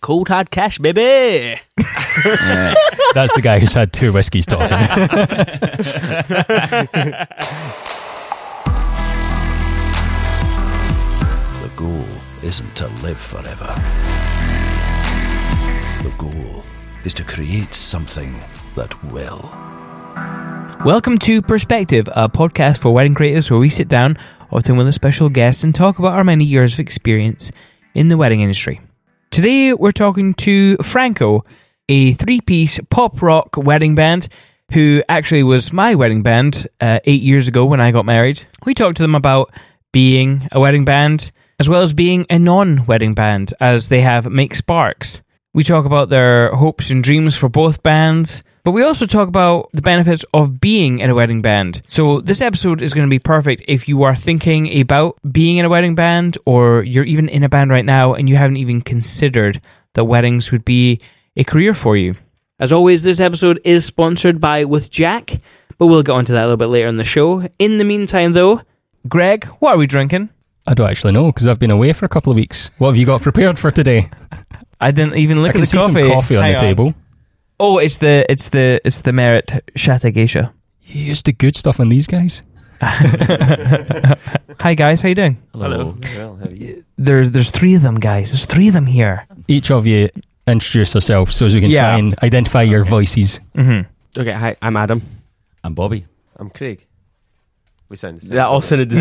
cold hard cash, baby. That's the guy who's had two whiskeys talking. The goal isn't to live forever. The goal is to create something that will. Welcome to Perspective, a podcast for wedding creators where we sit down, often with a special guest, and talk about our many years of experience in the wedding industry. Today we're talking to Franco, a three piece pop rock wedding band who actually was my wedding band uh, eight years ago when I got married. We talked to them about being a wedding band as well as being a non wedding band, as they have Make Sparks. We talk about their hopes and dreams for both bands, but we also talk about the benefits of being in a wedding band. So, this episode is going to be perfect if you are thinking about being in a wedding band or you're even in a band right now and you haven't even considered that weddings would be a career for you. As always, this episode is sponsored by With Jack, but we'll get onto that a little bit later in the show. In the meantime, though, Greg, what are we drinking? I don't actually know because I've been away for a couple of weeks. What have you got prepared for today? I didn't even look I can at the see coffee. some coffee on Hang the table. Oh, it's the it's the it's the merit Shatta Geisha. Here's the good stuff on these guys. Hi guys, how you doing? Hello. There's there's three of them guys. There's three of them here. Each of you introduce yourself so as we can Yeah. try and identify your voices. Mm-hmm. Okay, hi, I'm Adam. I'm Bobby. I'm Craig. We sound the same. That all sounded the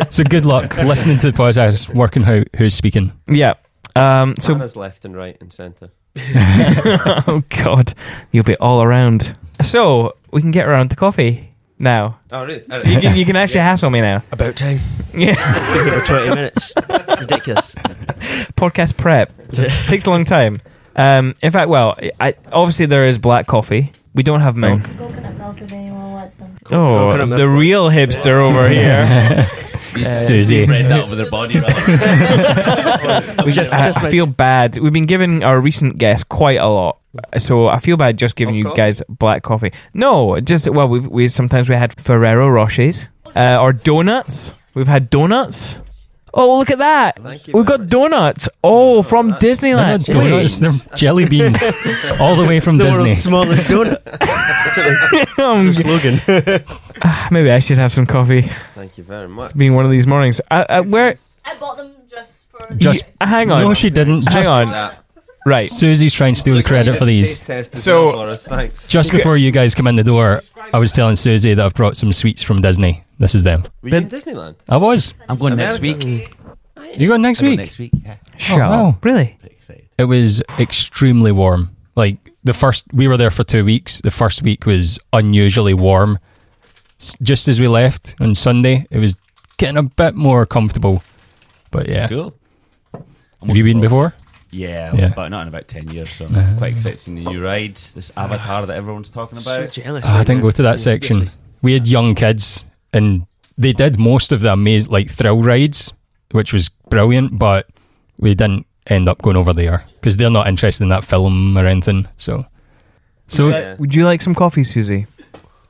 same. so good luck listening to the podcast, working out who's speaking. Yeah. Um. So Anna's left and right and centre. oh god, you'll be all around. So we can get around to coffee now. Oh, really? You can, you can actually hassle me now. About time. Yeah. For 20 minutes. Ridiculous. Podcast prep just takes a long time. Um. In fact, well, I obviously there is black coffee. We don't have milk. coconut milk if anyone wants them. Oh, Coconut the milk. real hipster over here. Susie. Spread that over their body. Rather. We just, I, just I like- feel bad. We've been giving our recent guest quite a lot, so I feel bad just giving Of you coffee? guys black coffee. No, just well, we we sometimes we had Ferrero Rochers uh, or donuts. We've had donuts. Oh, look at that! Thank you We've got very donuts. Oh, from They're not Disneyland. donuts, they're jelly beans. all the way from the Disney. world's smallest donut. Um, slogan. Maybe I should have some coffee. Thank you very much. It's been one of these mornings. Uh, uh, where? I bought them just for. Just- y- hang on. No, she didn't. hang Just, on. Nah. Right. Susie's trying to steal the credit for these. Taste test is So- done for us. Thanks. Just before you guys come in the door, I was telling Susie that I've brought some sweets from Disney. This is them. Were you in Disneyland? I was. I'm going next America. Mm. week. You go next I go week. next week. Yeah. Shut Oh, wow. up. Really? It was extremely warm. Like the first, we were there for two weeks. The first week was unusually warm. S- just as we left on Sunday, it was getting a bit more comfortable. But yeah, Cool. I'm have you been looking forward- before? Yeah, Yeah. Uh-huh. but not in about 10 years. So I'm quite excited seeing the new rides, this avatar that everyone's talking So about. jealous. Ah, I didn't go to that section. We had young kids, and they did most of the amazing like thrill rides, which was brilliant. But we didn't end up going over there because they're not interested in that film or anything. So, so Yeah. Would you like some coffee, Susie?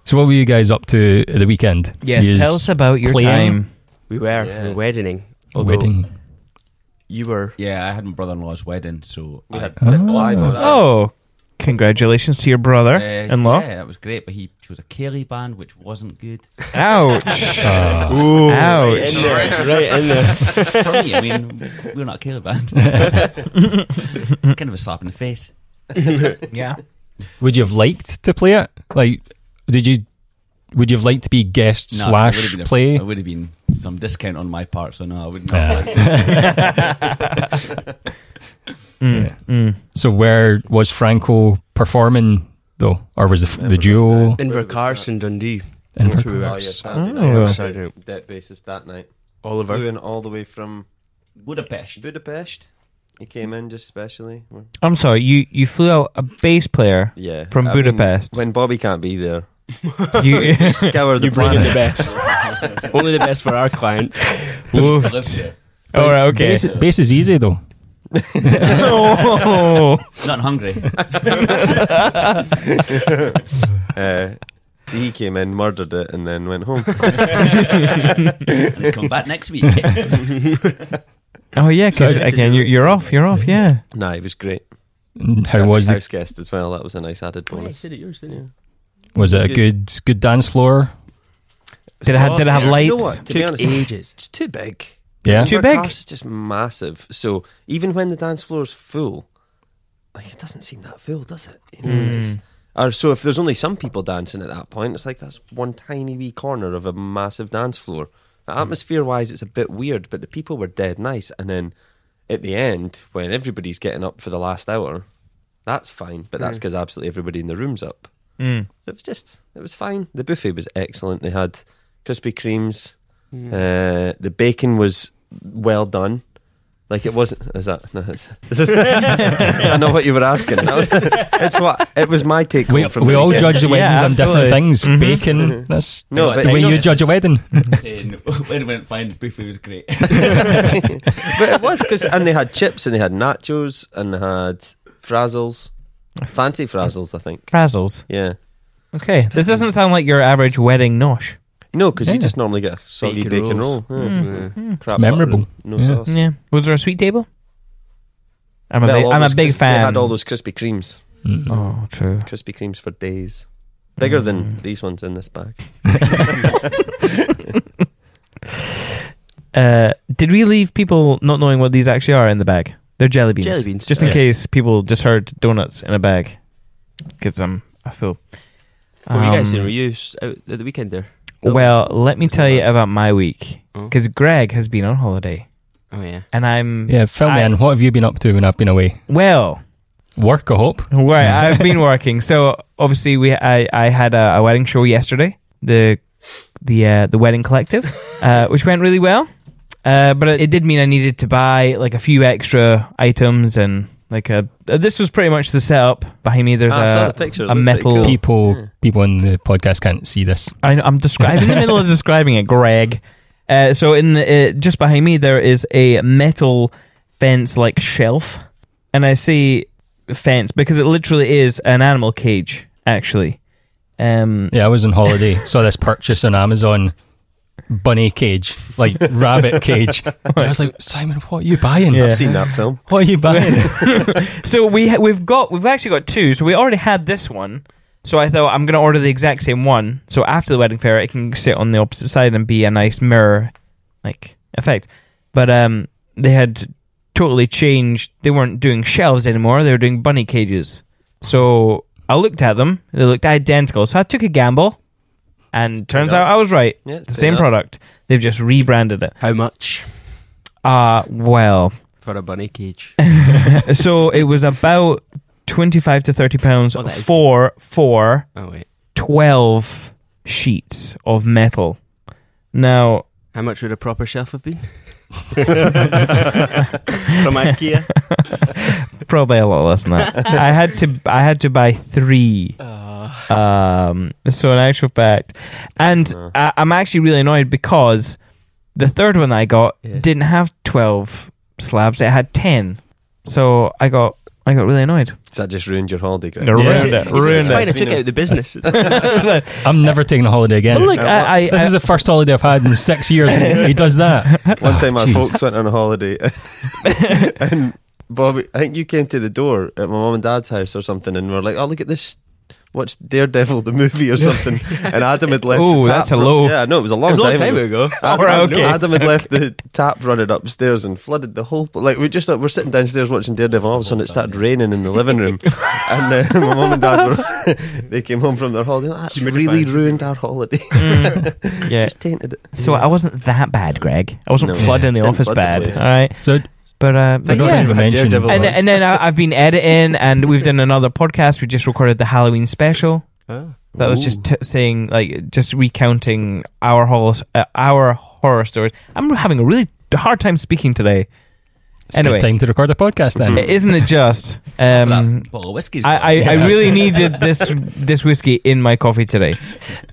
So what were you guys up to at the weekend? Yes. Yous tell us about your playing? time. We were Yeah. we wedding. Although wedding. You were. Yeah, I had my brother in law's wedding, so. We I- had Clive on ours. Oh, congratulations to your brother Uh, in law. Yeah, that was great, but he chose a Kelly band, which wasn't good. Ouch. Ah. In Ouch. there, right in there. For me, I mean, we're not a Kelly band. kind of a slap in the face. Yeah. Would you have liked to play it? Like, did you? Would you have liked to be guest No, it would've slash been a- play? It would have been some discount on my part, so no, I wouldn't. Ah. have liked it. Mm, mm. so where was Franco performing though, or was the f- the Never duo? mind. Invercarse in Dundee. Inver- Where we Oh, were. yeah, Saturday night. Oh. I was down Debt basis that night. Flew Oliver. in all the way from Budapest. Budapest. He came in just specially. We're- I'm sorry. You you flew out a bass player. Yeah. From I mean, Budapest. when Bobby can't be there, You scour the You bring in the planet. best. Only the best for our clients. Oof. All right. Okay. Bass, bass is easy though. Oh. Not hungry. Uh, so he came in, murdered it, and then went home. and he's coming back next week. Oh yeah, because Sorry. again, you're, you're off. You're off. Yeah. Nah, it was great. And How Perfect was the, house guest as well. That was a nice added bonus. it yours, didn't you? was it a good good dance floor? Did it have- did it have Do you know lights? what? To be Took honest, ages. It's too big. Yeah, Too Our big? Car's just massive. So even when the dance floor's full, like it doesn't seem that full, does it? You know, it's- Hmm. or so if there's only some people dancing at that point, it's like that's one tiny wee corner of a massive dance floor. Hmm. Atmosphere wise, it's a bit weird, but the people were dead nice. And then at the end, when everybody's getting up for the last hour, that's fine. But Hmm. that's because absolutely everybody in the room's up. Mm. So it was just, it was fine. The buffet was excellent. They had Krispy Kremes. Uh, the bacon was well done. Like it wasn't. Is that? No, it's, is this- I know what you were asking. That was- it's what it was. My take. we, home from we the all weekend. judge the Yeah, weddings on different absolutely. things. Mhm. Bacon, that's, No, that's but the I way know- you judge a wedding. saying when it went fine, briefly was great. but it was because and they had chips and they had nachos and they had frazzles, fancy frazzles, I think. Frazzles. Yeah. Okay. This doesn't sound like your average wedding nosh. No, because Yeah. you just normally get a soggy Bacon bacon, roll. rolls. Yeah. Crap Memorable. butter, No Yeah. sauce. Mm. Yeah. Was there a sweet table? I'm a Well, big, all I'm a those big Kris- fan. They had all those Krispy Kremes. Mm. oh, true. Krispy Kremes for days. Bigger than Mm. these ones in this bag. Uh, did we leave people not knowing what these actually are in the bag? They're jelly beans. Jelly beans. Just in Yeah. case people just heard donuts in a bag, because I'm a fool. What were you guys Um, doing? Were you s- out at the weekend there? Well, let me tell you about my week Oh. because Greg has been on holiday, Oh yeah. and I'm Yeah, fill me I- in. What have you been up to when I've been away? well. Work, I hope. Right, I've been working. So obviously, we I, I had a, a wedding show yesterday. The the uh, the wedding collective, uh, which went really well. Uh, but it, it did mean I needed to buy like a few extra items and like a. uh, This was pretty much the setup behind me. There's Ah, I saw a the picture. It a looked pretty metal. cool. Peep. People, people in the podcast can't see this. I know, I'm describing in the middle of describing it, Greg. Uh, so in the uh, just behind me there is a metal fence like shelf, and I say fence because it literally is an animal cage actually. Um, Yeah, I was on holiday. saw this purchase on Amazon. Bunny cage, like rabbit cage. I was like, Simon, what are you buying? Yeah. I've seen that film. What are you buying? so we ha- we've got we've actually got two. So we already had this one. So I thought I'm going to order the exact same one. So after the wedding fair, it can sit on the opposite side and be a nice mirror, like effect. But um, they had totally changed. They weren't doing shelves anymore. They were doing bunny cages. So I looked at them. They looked identical. So I took a gamble, and turns out enough. I was right. Yeah, it's the paid same off. product. They've just rebranded it. How much Uh well. for a bunny cage? so it was about 25 to 30 pounds Oh, that is- for for oh wait. 12 sheets of metal now How much would a proper shelf have been? From IKEA. probably a lot less than that i had to i had to buy three Ah. um so in actual fact and Uh-huh. I, i'm actually really annoyed because the third one i got Yeah. didn't have 12 slabs it had 10 so i got i got really annoyed So that just ruined your holiday, Greg. They ruined it It's- ruined it's fine. I it took out the business. I'm never taking a holiday again. but look i, I this is the first holiday I've had in six years. he does that. One time our jeez. folks went on a holiday and Bobby, I think you came to the door at my mum and dad's house or something and we were like, oh, look at this. Watch Daredevil the movie or something, and Adam had left. Ooh, the tap that's a run- low- Yeah, no, it was a long, It was a long time, time ago. ago. Adam, Alright, had- okay. Adam had left the tap running upstairs and flooded the whole. Like we just uh, we're sitting downstairs watching Daredevil, all of a sudden it started raining in the living room, and uh, my mum and dad were, they came home from their holiday. That's really ruined our holiday. mm, yeah. just tainted it. So I wasn't that bad, Greg. I wasn't No. flooding the Didn't office flood the bad. place. all right, So but uh, I but don't yeah. think we mentioned. Daredevil. And, and then I, I've been editing, and we've done another podcast. We just recorded the Halloween special. That was just t- saying, like, just recounting our horror, uh, our horror stories. I'm having a really hard time speaking today. It's a good anyway. time to record a podcast then. Isn't it just? Um, Bottle of whiskey's I, I, I Yeah. really needed this this whiskey in my coffee today.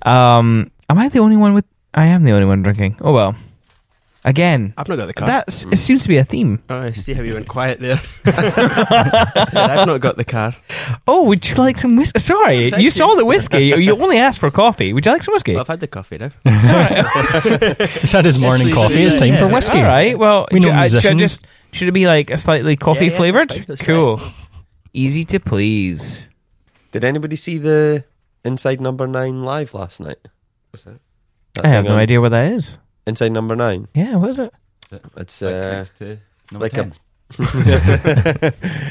Um, am I the only one with? I am the only one drinking. Oh well, I Again, I've not got the card. that's it seems to be a theme. Oh, I see how you went quiet there. I said, I've not got the car. Oh, would you like some whiskey? Sorry, Thank you you. saw the whiskey. You only asked for coffee. Would you like some whiskey? Well, I've had the coffee now. He's had his morning Yes, coffee. It's yeah, time yeah. for whiskey. All right. Well, We know ju- I- should I musicians. just should it be like a slightly coffee yeah, that's flavored? fine, that's cool. Easy to please. Did anybody see the Inside Number Nine live last night? What's that? I have thing no on idea what that is. Inside Number Nine. Yeah, what is it? It's Like, uh, next to number like a- 10.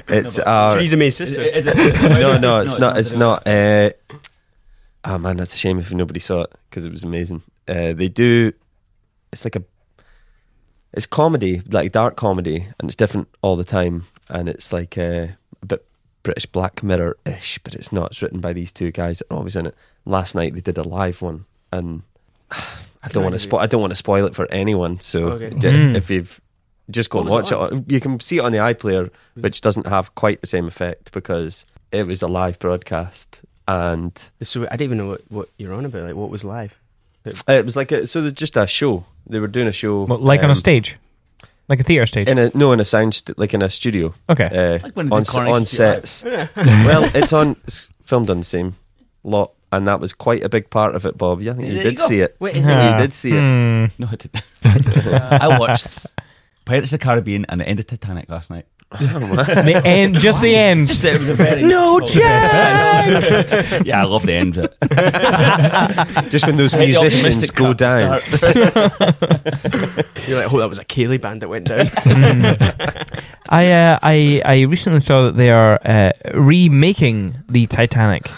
it's No, but- uh, She's a maid Is sister. it- is it- no, no, it's not. It's something else. not. Uh, oh man, that's a shame if nobody saw it because it was amazing. Uh, they do. It's like a. It's comedy, like dark comedy, and it's different all the time, and it's like uh, a bit British Black Mirror ish, but it's not. It's written by these two guys that are always in it. Last night they did a live one, and I don't want to spoil. I don't want to spoil it for anyone. So Okay. j- Mm. if you've just go and What was watch it it, you can see it on the iPlayer, which doesn't have quite the same effect because it was a live broadcast and So I don't even know what, what you're on about. Like, what was live? uh, it was like a, so there's just a show. They were doing a show Well, like on um, a stage, like a theater stage. in a no in a sound st- like in a studio okay. uh, Like when they on did s- Coronation on Street sets. well, it's on it's filmed on the same lot, and that was quite a big part of it, Bob. Yeah, I think you There did you go. see it. Wait, is it- Ah, you did see it. hmm. No, I didn't. I watched Pirates of the Caribbean and the end of Titanic last night. The end, just the end. It was a very No, Jack! yeah, I love the end bit. Just when those Hit the musicians optimistic go cut at down. the start. You're like, oh, that was a Kaylee band that went down. I, uh, I, I recently saw that they are uh, remaking the Titanic.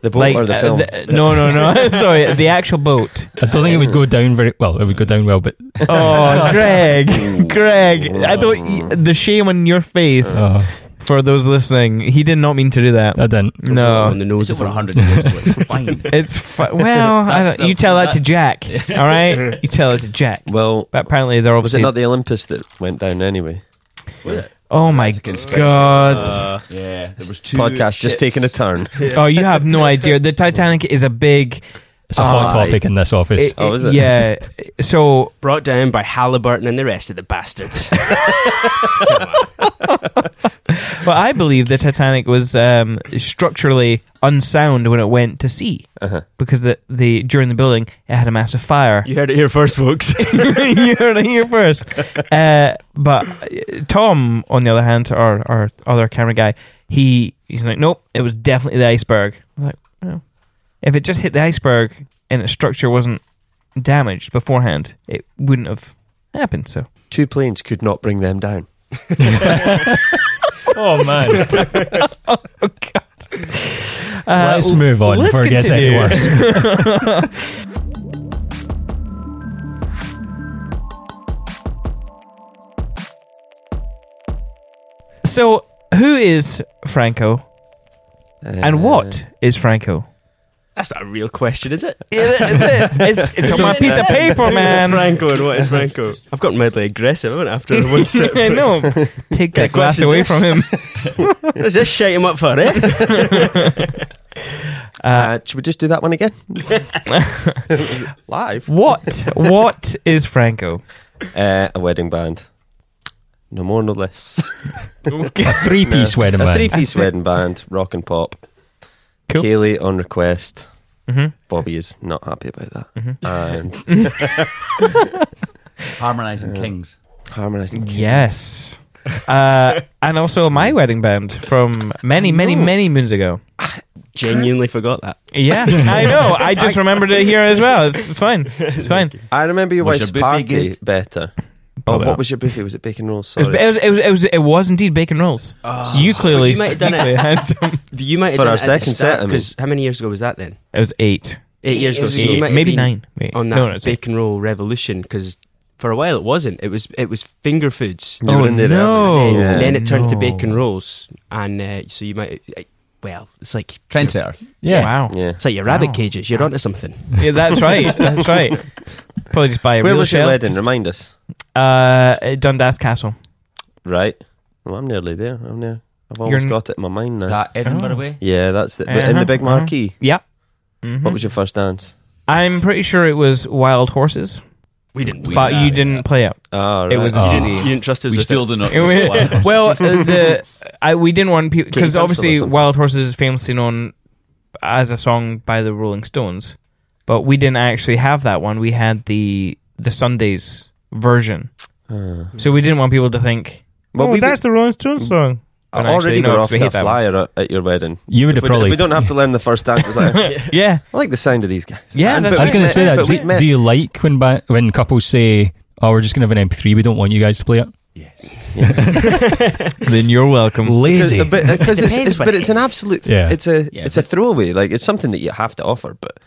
The boat or the uh, film? the- no, no, no. Sorry, the actual boat. I don't think it would go down very well. It would go down well, but Oh, Greg, Greg, I don't. The shame on your face uh, for those listening. He did not mean to do Oh. that. I didn't. on No, the nose It's of over a hundred. 100 years ago. It's fine. it's fi- well. I That's don't, the- you tell that, to that- Jack. All right, you tell it to Jack. Well, But apparently they're was it obviously. not the Olympus that went down anyway? oh my It's a conspiracy. god! Uh, yeah, there was two Podcast just ships. taking a turn. oh, you have no idea. The Titanic is a big. It's a hot Uh, topic in this office. it- Oh, is it? Yeah. So Brought down by Halliburton and the rest of the bastards. Well, I believe the Titanic was um, structurally unsound when it went to sea because the, the during the building it had a massive fire. you heard it here first, folks. you heard it here first. Uh, but uh, Tom, on the other hand, our, our other camera guy, he he's like, nope, it was definitely the iceberg. I'm like, well, if it just hit the iceberg and its structure wasn't damaged beforehand, it wouldn't have happened. So Two planes could not bring them down. oh man, Uh, let's l- move on let's before it gets any continue. worse. So who is Franco? Uh, And what is Franco? That's not a real question, is it? It's, it's on my piece of paper, man. Franco and what is Franco? I've gotten mildly aggressive, haven't I, after one sip. I know. Take that Get glass questions, away yes. from him. Let's just shite him up for it. Uh, should we just do that one again? Live. What? What is Franco? Uh, a wedding band. No more, no less. a three-piece wedding a three band. piece wedding band, rock and pop. Cool. Kaylee on request. hmm Bobby is not happy about that. Mm-hmm. And Harmonising Kings. harmonising. Yes. Uh, and also my wedding band from many, many, many moons ago. Genuinely forgot that. Yeah, I know. I just remembered it here as well. It's, it's fine. It's fine. It I remember your Was wife's your buffet party good? better. Pull Oh, it what up. was your buffet? Was it bacon rolls? was, Sorry. it was, it was, it was, it was indeed bacon rolls. you Oh, clearly, You might have done it. clearly had some- You might have For done our it at the second start, set, I mean. 'cause how many years ago was that then? It was eight. Eight years ago. so you Eight. might have Maybe been nine. Wait, on that no, no, it's eight. bacon roll revolution because for a while it wasn't. It was it was finger foods, You were in there Oh, no. early. and, Yeah. then it turned to No. bacon rolls, and uh, so you might. Uh, well, it's like Trendsetter. Yeah, Wow. Yeah. It's like your rabbit cages. You're onto something. Yeah, that's right. That's right. Probably just buy a Where real was your shelf, wedding? just- Remind us. Uh, at Dundas Castle. Right. Well, I'm nearly there. I'm near. I've You're almost n- got it in my mind now. That Edinburgh Oh. way. yeah, that's it. But in the Uh-huh, big uh-huh. marquee. Yep. Mm-hmm. What was your first dance? I'm pretty sure it was Wild Horses. We didn't. We- you but you didn't play it. Ah, It was a Oh. CD. didn't trust us. We with still it. do not. It wa- well, uh, the I, we didn't want people because cancel or obviously something? Wild Horses is famously known as a song by the Rolling Stones, but we didn't actually have that one. We had the the Sundays version, so we didn't want people to think. Well, oh, Uh. we- that's the Rolling Stones song. I But actually, already no, got off actually to hate a that one. flyer at, at your wedding. You would have If we, probably. if we don't have to learn the first dance. It's like, I Yeah, like the sound of these guys. Yeah, And- that's- but I was we going to met- say that. but we Do, met- do you like when ba- when couples say, "Oh, we're just going to have an MP3. We don't want you guys to play it." then you're welcome. Lazy. Because but, uh, 'cause it's, Depends it's, what but it it's an is. absolute. Yeah. It's a Yeah, it's a throwaway. Like it's something that you have to offer. But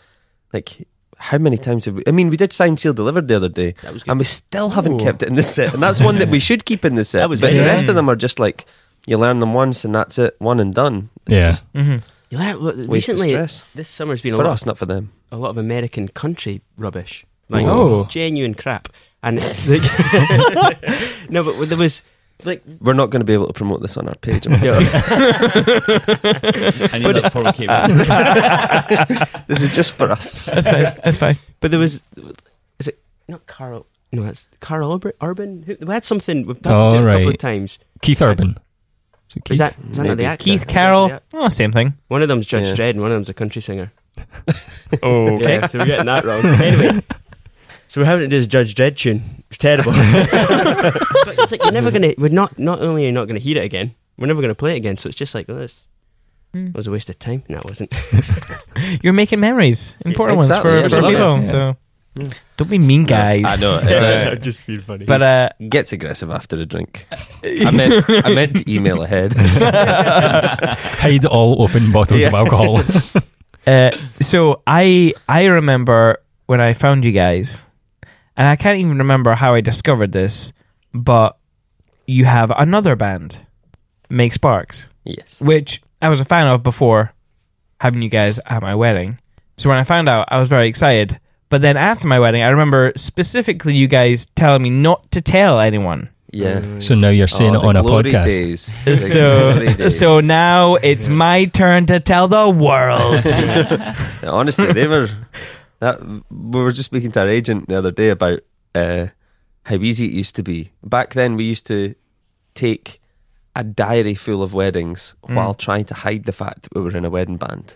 like, how many times have we? I mean, we did sign, seal, delivered the other day, That was good. and we still haven't kept it in the set. And that's one that we should keep in the set. That was But good. the Yeah. rest of them are just like you learn them once and that's it, one and done. It's Yeah. just hmm You learn- look, waste of recently, stress this summer's been a for lot, us, not for them. a lot of American country rubbish. Like Oh. genuine crap. And it's like, no, but there was like We're not going to be able to promote this on our page. I'm afraid. I knew that before we came in. this is just for us. That's fine. That's fine. But there was, is it not Carl? No, that's Carl Urban. Urban. Who- We had something. We've had Oh, to do it a couple right. of times. Keith Urban. Is it Keith? Is that, is that not Maybe. the actor? Keith Carroll. Oh, same thing. One of them's Judge Yeah. Dredd, and one of them's a country singer. Oh, Yeah, so we're getting that wrong. anyway, so we're having to do this Judge Dredd tune. It's terrible. but it's like you're never gonna. We're not. Not only are you not gonna hear it again, we're never gonna play it again. So it's just like oh, this. Hmm. was a waste of time. No, it wasn't. You're making memories, important Exactly, ones yeah, for, I for love people. it. So don't be mean, guys. I know. Yeah, Yeah. I'm just being funny. Uh, But uh, Gets aggressive after a drink. I meant I meant to email ahead. Hide all open bottles of alcohol. Uh, so I I remember when I found you guys, and I can't even remember how I discovered this, but you have another band, Make Sparks, yes. which I was a fan of before having you guys at my wedding. So when I found out, I was very excited. But then after my wedding, I remember specifically you guys telling me not to tell anyone. Yeah. so now you're saying it Oh, the on a glory podcast. days. The glory So days. so now it's my turn to tell the world. honestly, they were. That, we were just speaking to our agent the other day about uh, how easy it used to be. Back then, we used to take a diary full of weddings Mm. while trying to hide the fact that we were in a wedding band.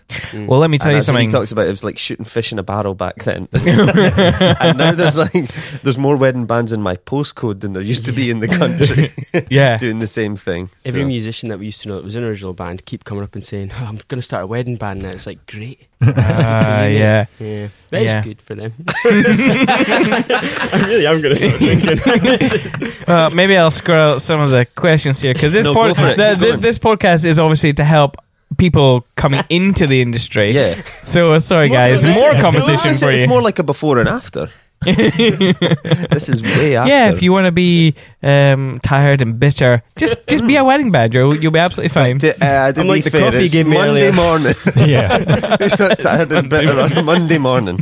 well, let me tell you And that's what something. he talks about. It was like shooting fish in a barrel back then. and now there's like there's more wedding bands in my postcode than there used to be in the country yeah. doing the same thing. Every So- musician that we used to know that was in our original band keep coming up and saying, oh, "I'm going to start a wedding band now." It's like great. Ah, Really? yeah. Yeah, that is Yeah. good for them. I really am going to start drinking. Well, maybe I'll scroll out some of the questions here because this No, pod- go for it. the- Go the- on. this podcast is obviously to help people coming into the industry. yeah, So uh, sorry, guys, Listen, more competition it's, for It's you. more like a before and after. this is way after. yeah, if you want to be um, tired and bitter, just just be a wedding band. You'll you'll be absolutely fine. To, uh, to I'm be like the fair, coffee you it's gave me Monday earlier. morning. yeah. it's not tired and bitter on a Monday morning.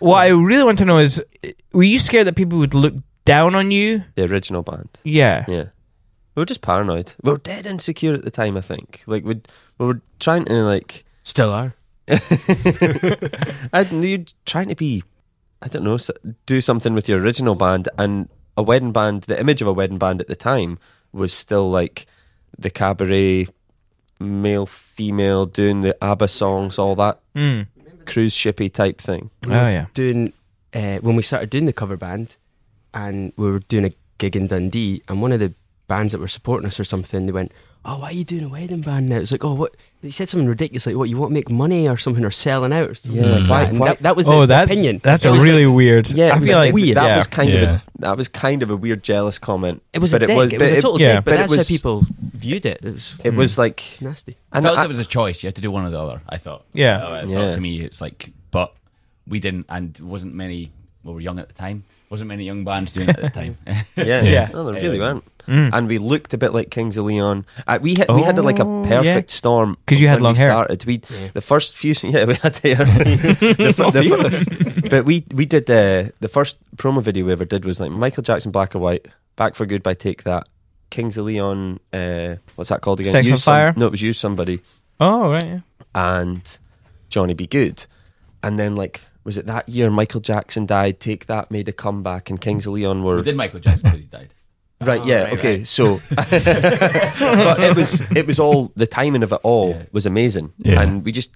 What I really want to know is, uh, were you scared that people would look down on you? The original band. Yeah. Yeah. We were just paranoid. We were dead insecure at the time, I think. Like we we were trying to like Still are. I you're trying to be I don't know, s- do something with your original band and a wedding band, the image of a wedding band at the time was still like the cabaret male female doing the ABBA songs, all that Mm. cruise shippy type thing. Oh yeah. Doing uh, when we started doing the cover band, and we were doing a gig in Dundee, and one of the bands that were supporting us or something, they went, "Oh, why are you doing a wedding band now?" It's like, "Oh, what?" They said something ridiculous like, "What you want to make money or something or selling out?" Or something Yeah, like why- that. And why- that, that was the Oh, that's opinion. that's It a was really weird. Yeah, I it was feel a like weird- That yeah. was kind of Yeah. a, that was kind of a weird jealous comment. It was a but dig. it was, It was but a total yeah. dig, but, but it that's was- how people viewed it. It was It was like nasty. I and felt I- like it was a choice. You had to do one or the other. I thought. Yeah. Uh, it Yeah. felt To me, it's like, but we didn't, and there wasn't many. Well, we were young at the time. Wasn't many young bands doing it at the time. Yeah, Yeah. No, they really Yeah. weren't. Mm. And we looked a bit like Kings of Leon. Uh, we had, we had like a Oh, perfect storm 'Cause you had when long we hair. Started. We the first few se- yeah we had hair. the, fir- the fir- but we we did uh, the first promo video we ever did was like Michael Jackson Black or White, Back for Good by Take That, Kings of Leon. Uh, what's that called again? Sex You on Fire? no, it was you somebody oh right. Yeah. and Johnny Be Good, and then like was it that year Michael Jackson died? Take That made a comeback, and Kings of Leon We were did Michael Jackson because he died. right. Yeah, Ah, right, okay. right. So, but it was it was all the timing of it all Yeah. was amazing, Yeah. and we just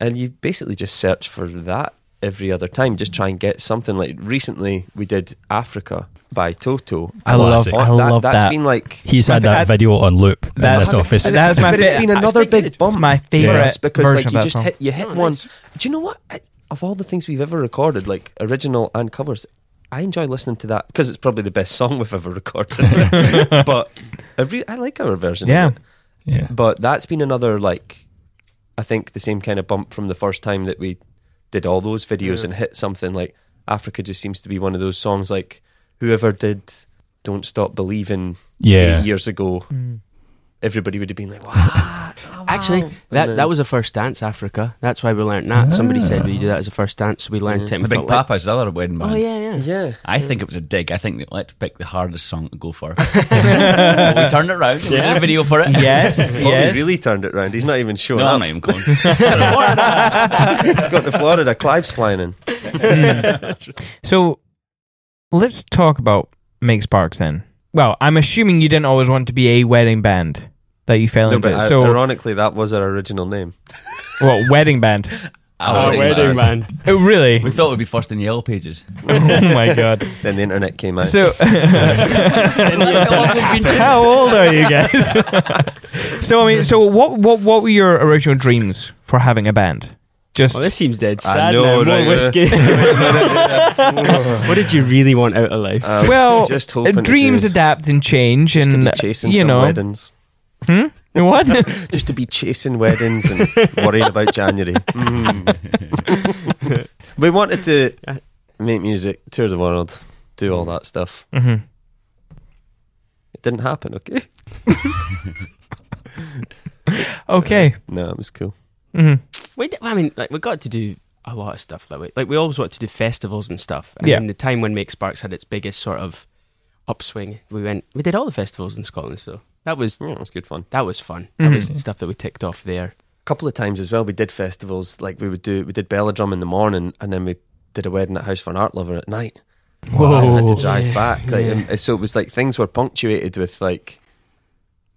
and you basically just search for that every other time. Just try and get something like recently we did Africa by Toto. I love- I love That's that. been like He's had I- that video on loop That- in this office. I- That's my but it's fa- been I another think big it's bump. my for favorite us because version of like you that just song. hit you hit Oh, one. nice. Do you know what? I, of all the things we've ever recorded, like original and covers, I enjoy listening to that because it's probably the best song we've ever recorded. but I, re- I like our version. of Yeah. it. yeah. But that's been another like, I think the same kind of bump from the first time that we did all those videos and hit something like Africa just seems to be one of those songs like whoever did Don't Stop Believing Yeah. eight years ago. Mm. Everybody would have been like, "Wow!" Oh. Actually, that, that was a first dance Africa. That's why we learnt that. Somebody Ah. said we do that as a first dance, so we learnt it. and The we Big felt like- Papa's another wedding band. oh yeah, yeah. Yeah, I think it was a dig. I think that let's pick the hardest song to go for. Well, we turned it around. We made a video for it. Yes, Bobby yes. really turned it round. He's not even showing No, up. I'm not even going. He's got to Florida. Clive's flying in. So let's talk about Mix Parks then. Well, I'm assuming you didn't always want to be a wedding band that you fell No, into. but i- so, ironically, that was our original name. well, wedding band. Our man. Oh, really? We thought it would be first in the yellow pages. oh my god. Then the internet came out. So, That's not what we've been doing. how old are you guys? so, I mean, so what, what, what were your original dreams for having a band? Just Oh, this seems dead sad. know, now. More right, yeah. whiskey. what did you really want out of life? I was well, just uh, hoping to dreams do- adapt and change, just to and uh, be chasing you some know Hmm? weddings, what? just to be chasing weddings and worrying about January. Mm. we wanted to make music, tour the world, do all that stuff. hmm It didn't happen. Okay, Okay. no, it was cool. hmm We, d- I mean, like we got to do a lot of stuff that way. Like we always wanted to do festivals and stuff. And Yeah. in the time when Make Sparks had its biggest sort of upswing, we went. We did all the festivals in Scotland, so that was Yeah, it was good fun. that was fun. Mhm. That was the stuff that we ticked off there. couple of times as well. We did festivals, like we would do. We did Belladrum in the morning, and then we did a wedding at House for an Art Lover at night. I had to drive Yeah, back. Like, yeah. and so it was like things were punctuated with like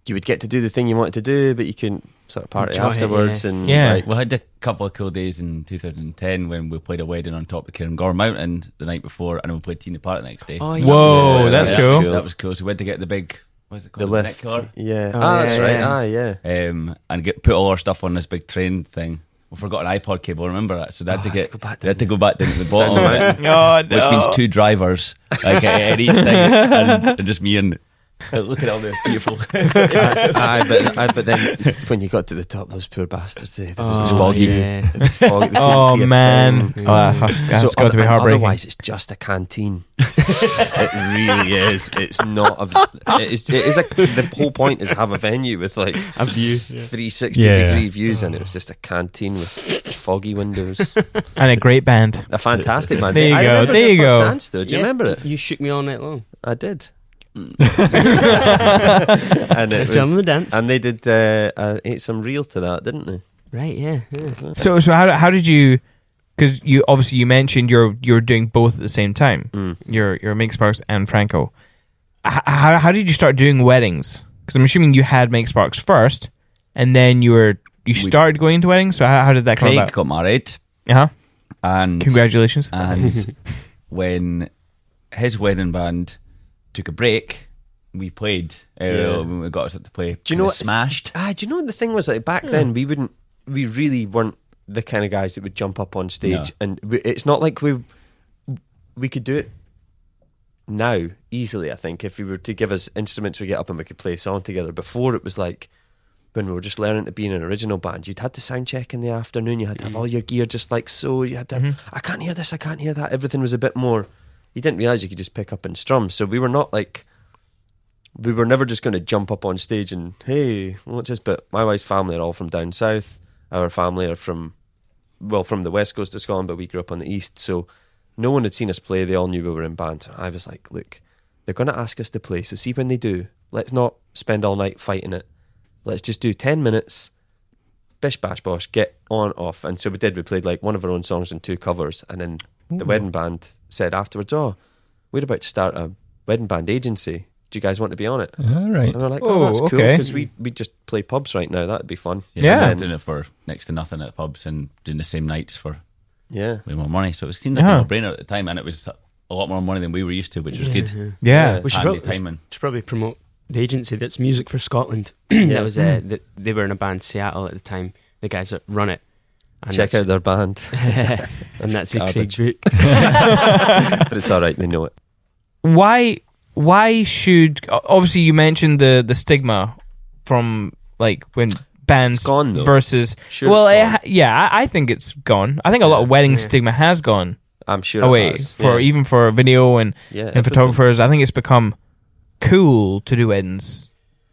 you would get to do the thing you wanted to do, but you couldn't sort of party Enjoy it, afterwards. yeah. And Yeah. like, We had a couple of cool days in 2010 when we played a wedding on top of Cairngorm Mountain the night before, and we played Tina Park the next day. Oh, yeah. Whoa, Yeah, that's that cool. Was, that was cool. So we had to get the big, what's it the called? neck lift, collar. yeah, Oh, ah, yeah, that's right, yeah. ah, yeah. um, and get put all our stuff on this big train thing. We forgot an iPod cable. Remember that? So they had to get go back they had to go back down to the bottom, Down the of it, Oh, which means two drivers like at, at each thing, and, and just me and look at all the beautiful. aye, but, aye, but then when you got to the top, those poor bastards, eh, there was Oh, no foggy. view. yeah. It was foggy. They couldn't Oh see a man, thing. oh, that's, that's so got to other- be and heartbreaking. Otherwise, it's just a canteen. it really is. It's not. A, it is. It is a, the whole point is have a venue with like A view. 360 Yeah. degree views, and it was just a canteen with foggy windows. and a great band. A fantastic man. There you I go, remember there your you first go. Dance, though. Do you remember it? You shook me all night long. I did. and it Jump on was, the dance. and they did. Uh, uh, ate some reel to that, didn't they? right. Yeah. yeah. So, so how how did you? Because you obviously you mentioned you're you're doing both at the same time. Mm. You're you're Make Sparks and Franco. H- how how did you start doing weddings? Because I'm assuming you had Make Sparks first, and then you were you started going into weddings. So how, how did that come Craig about? got married, Uh huh. and Congratulations. Uh, and when his wedding band took a break, we played. Uh, Yeah. We got us up to play. Do you know what- Smashed. Ah, do you know what the thing was like back then? We wouldn't, we really weren't the kind of guys that would jump up on stage, and we, it's not like we we could do it now easily. I think if we were to give us instruments, we get up and we could play a song together. Before it was like when we were just learning to be in an original band, you'd had to sound check in the afternoon, you had to have all your gear just like so. You had to, have, I can't hear this, I can't hear that. Everything was a bit more. You didn't realize you could just pick up and strum. So we were not like we were never just going to jump up on stage and hey, what's this? But my wife's family are all from down south. Our family are from well from the west coast of Scotland, but we grew up on the east. So no one had seen us play. They all knew we were in band. I was like, look, they're going to ask us to play. So see when they do. Let's not spend all night fighting it. Let's just do ten minutes. bish bash bosh, get on off. And so we did. We played like one of our own songs and two covers, and then the wedding band said afterwards, "Oh, we're about to start a wedding band agency. Do you guys want to be on it?" All right. And we're like, Oh, "Oh, that's cool okay. because we we just play pubs right now. That'd be fun." Yeah. I'm doing it for next to nothing at pubs and doing the same nights for Yeah. way more money. So it seemed like Yeah. a no-brainer at the time, and it was a lot more money than we were used to, which was good. Yeah. We should, Handy probably, timing. should probably promote the agency that's Music for Scotland. That was Hmm. uh, th they were in a band Seattle at the time. The guys that run it. And Check that's- out their band, and that's a Craig Garbage. Boot. but it's all right. They know it. why why should o- obviously you mentioned the the stigma from like when bands It's gone, though. versus Sure well it's it gone. ha- yeah I, I think it's gone i think a lot of wedding stigma has gone I'm sure. it away has. Oh, for Yeah. even for video and Yeah, and everything. photographers i think it's become cool to do weddings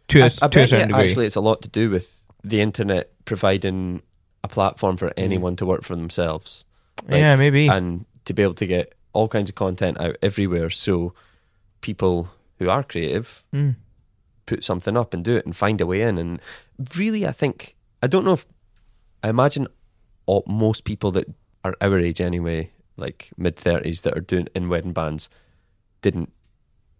to a, s- I, I to a bet you certain degree actually it's a lot to do with the internet providing a platform for anyone to work for themselves. Yeah, maybe. And to be able to get all kinds of content out everywhere so people who are creative Mm. put something up and do it and find a way in. And really, I think, I don't know if, I imagine all, most people that are our age anyway, like mid 30s, that are doing in wedding bands, didn't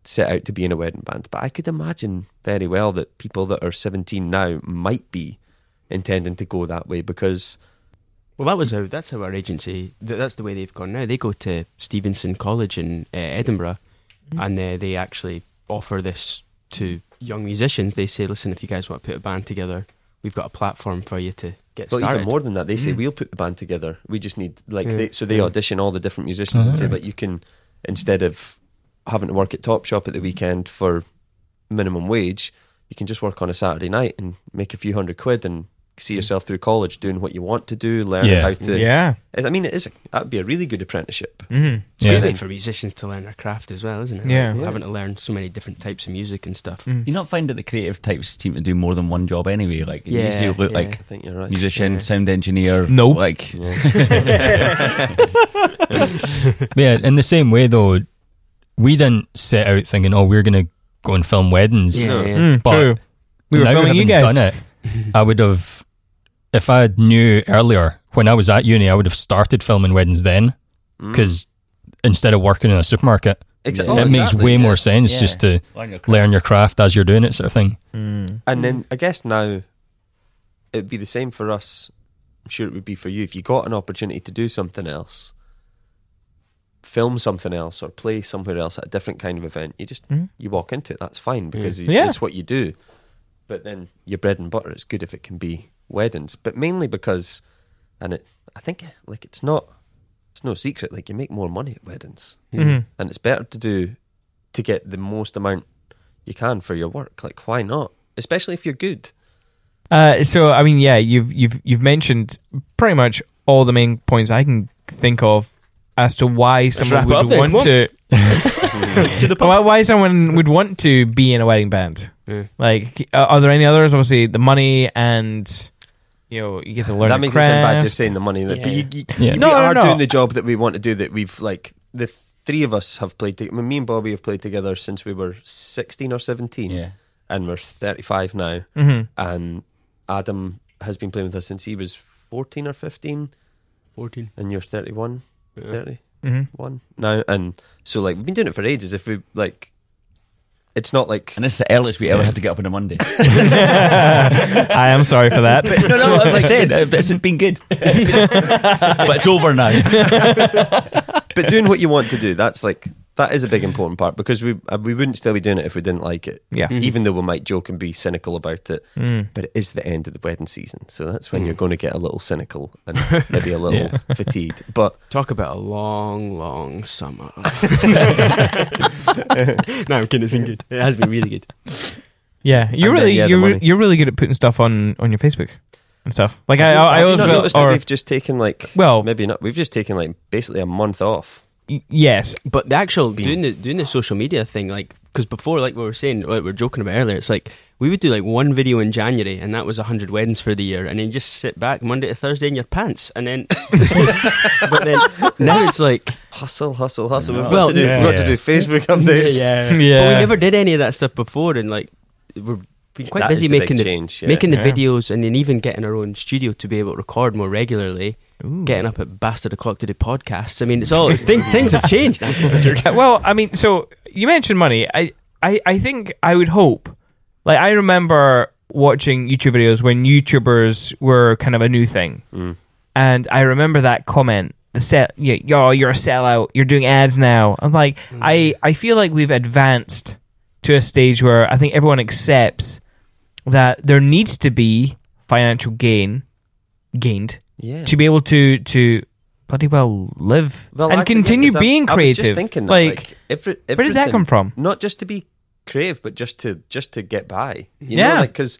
set out to be in a wedding band. But I could imagine very well that people that are 17 now might be intending to go that way because Well, that was how. That's how our agency. Th- that's the way they've gone now. They go to Stevenson College in uh, Edinburgh, and uh, they actually offer this to young musicians. They say, "Listen, if you guys want to put a band together, we've got a platform for you to get Well, started." even more than that, they Mm. say we'll put the band together. We just need like Yeah. they, so they audition all the different musicians Mm-hmm. and say that you can instead of having to work at Top Shop at the weekend for minimum wage, you can just work on a Saturday night and make a few hundred quid and see yourself through college doing what you want to do, learn Mm. Yeah. how to. yeah I mean, it is that'd be a really good apprenticeship. mm. It's a Yeah. good way for musicians to learn their craft as well, isn't it? Yeah. Hmm. Like, having to learn so many different types of music and stuff. You not find that the creative types seem to do more than one job anyway. Like you Yeah, usually look yeah. like I think you're right. musician, sound engineer. Nope. like Yeah, in the same way though, we didn't set out thinking, "Oh, we're gonna go and film weddings." Yeah, yeah. Mm, But true we were now filming you having guys Done it, I would have, if I knew earlier when I was at uni, I would have started filming weddings then, because instead of working in a supermarket, Exa- it Mm. oh, makes exactly, way yeah. more sense just to Learn your craft. learn your craft as you're doing it, sort of thing. And Mm. then I guess now it'd be the same for us. I'm sure it would be for you if you got an opportunity to do something else, film something else, or play somewhere else at a different kind of event. You just you walk into it. That's fine because Mm. Yeah. it's what you do. But then your bread and butter. It's good if it can be weddings, but mainly because, and it I think like it's not it's no secret like you make more money at weddings, Mm-hmm. and it's better to do to get the most amount you can for your work. Like why not? Especially if you're good. Uh, so I mean, yeah, you've you've you've mentioned pretty much all the main points I can think of as to why someone wrap it would up then, want come on. to. why, why someone would want to be in a wedding band? Yeah. Like, uh, are there any others? Obviously, the money and you know you get to learn. that a makes it sound bad craft. just saying the money that but you, you, Yeah. we No, no, are no. doing the job that we want to do that we've like the three of us have played together me and bobby have played together since we were 16 or 17 Yeah. and we're 35 now Mm-hmm. and adam has been playing with us since he was 14 or 15 Fourteen. and you're 31 30 Mm-hmm. one now and so like we've been doing it for ages if we like it's not like and it's the earliest we ever had to get up on a Monday. I am sorry for that. no, no, I'm just saying uh, it's been good, but it's over now. but doing what you want to do that's like that is a big important part because we uh, we wouldn't still be doing it if we didn't like it Yeah. Mm. Mhm. even though we might joke and be cynical about it but it is the end of the wedding season so that's when you're going to get a little cynical and maybe a little fatigued but Talk about a long, long summer. no, I'm kidding. It's been good. It has been really good. yeah, you're And then, really yeah, the you're, money. you're really good at putting stuff on on your Facebook and stuff. Like I, Oh, I, I have you always not felt- noticed that or we've just taken like Well- well maybe not we've just taken like basically a month off y- yes, But the actual It's been- doing the doing the social media thing, like because before, like we were saying, like we were joking about earlier, it's like we would do like one video in January, and that was hundred weddings for the year, and then you just sit back Monday to Thursday in your pants, and then but then now it's like hustle hustle hustle we've got Well, to do yeah. we've got to do facebook updates yeah, yeah. But we never did any of that stuff before, and like we're been quite That busy is the big making the change, yeah. making the Yeah. videos and then even getting our own studio to be able to record more regularly. Getting up at bastard o'clock to do podcasts. I mean, it's all it's thing, things have changed. Uh, well, I mean, so you mentioned money. I, I, I think I would hope. Like I remember watching YouTube videos when YouTubers were kind of a new thing, and I remember that comment. The set, yeah, yo, you're a sellout. You're doing ads now. I'm like, I, I feel like we've advanced to a stage where I think everyone accepts that there needs to be financial gain gained Yeah. to be able to to bloody well live Well, and actually, yeah, 'cause continue um, I- being I was creative. just thinking that, like, like, every, where did that everything- come from? Not just to be creative, but just to just to get by. You Yeah. know, because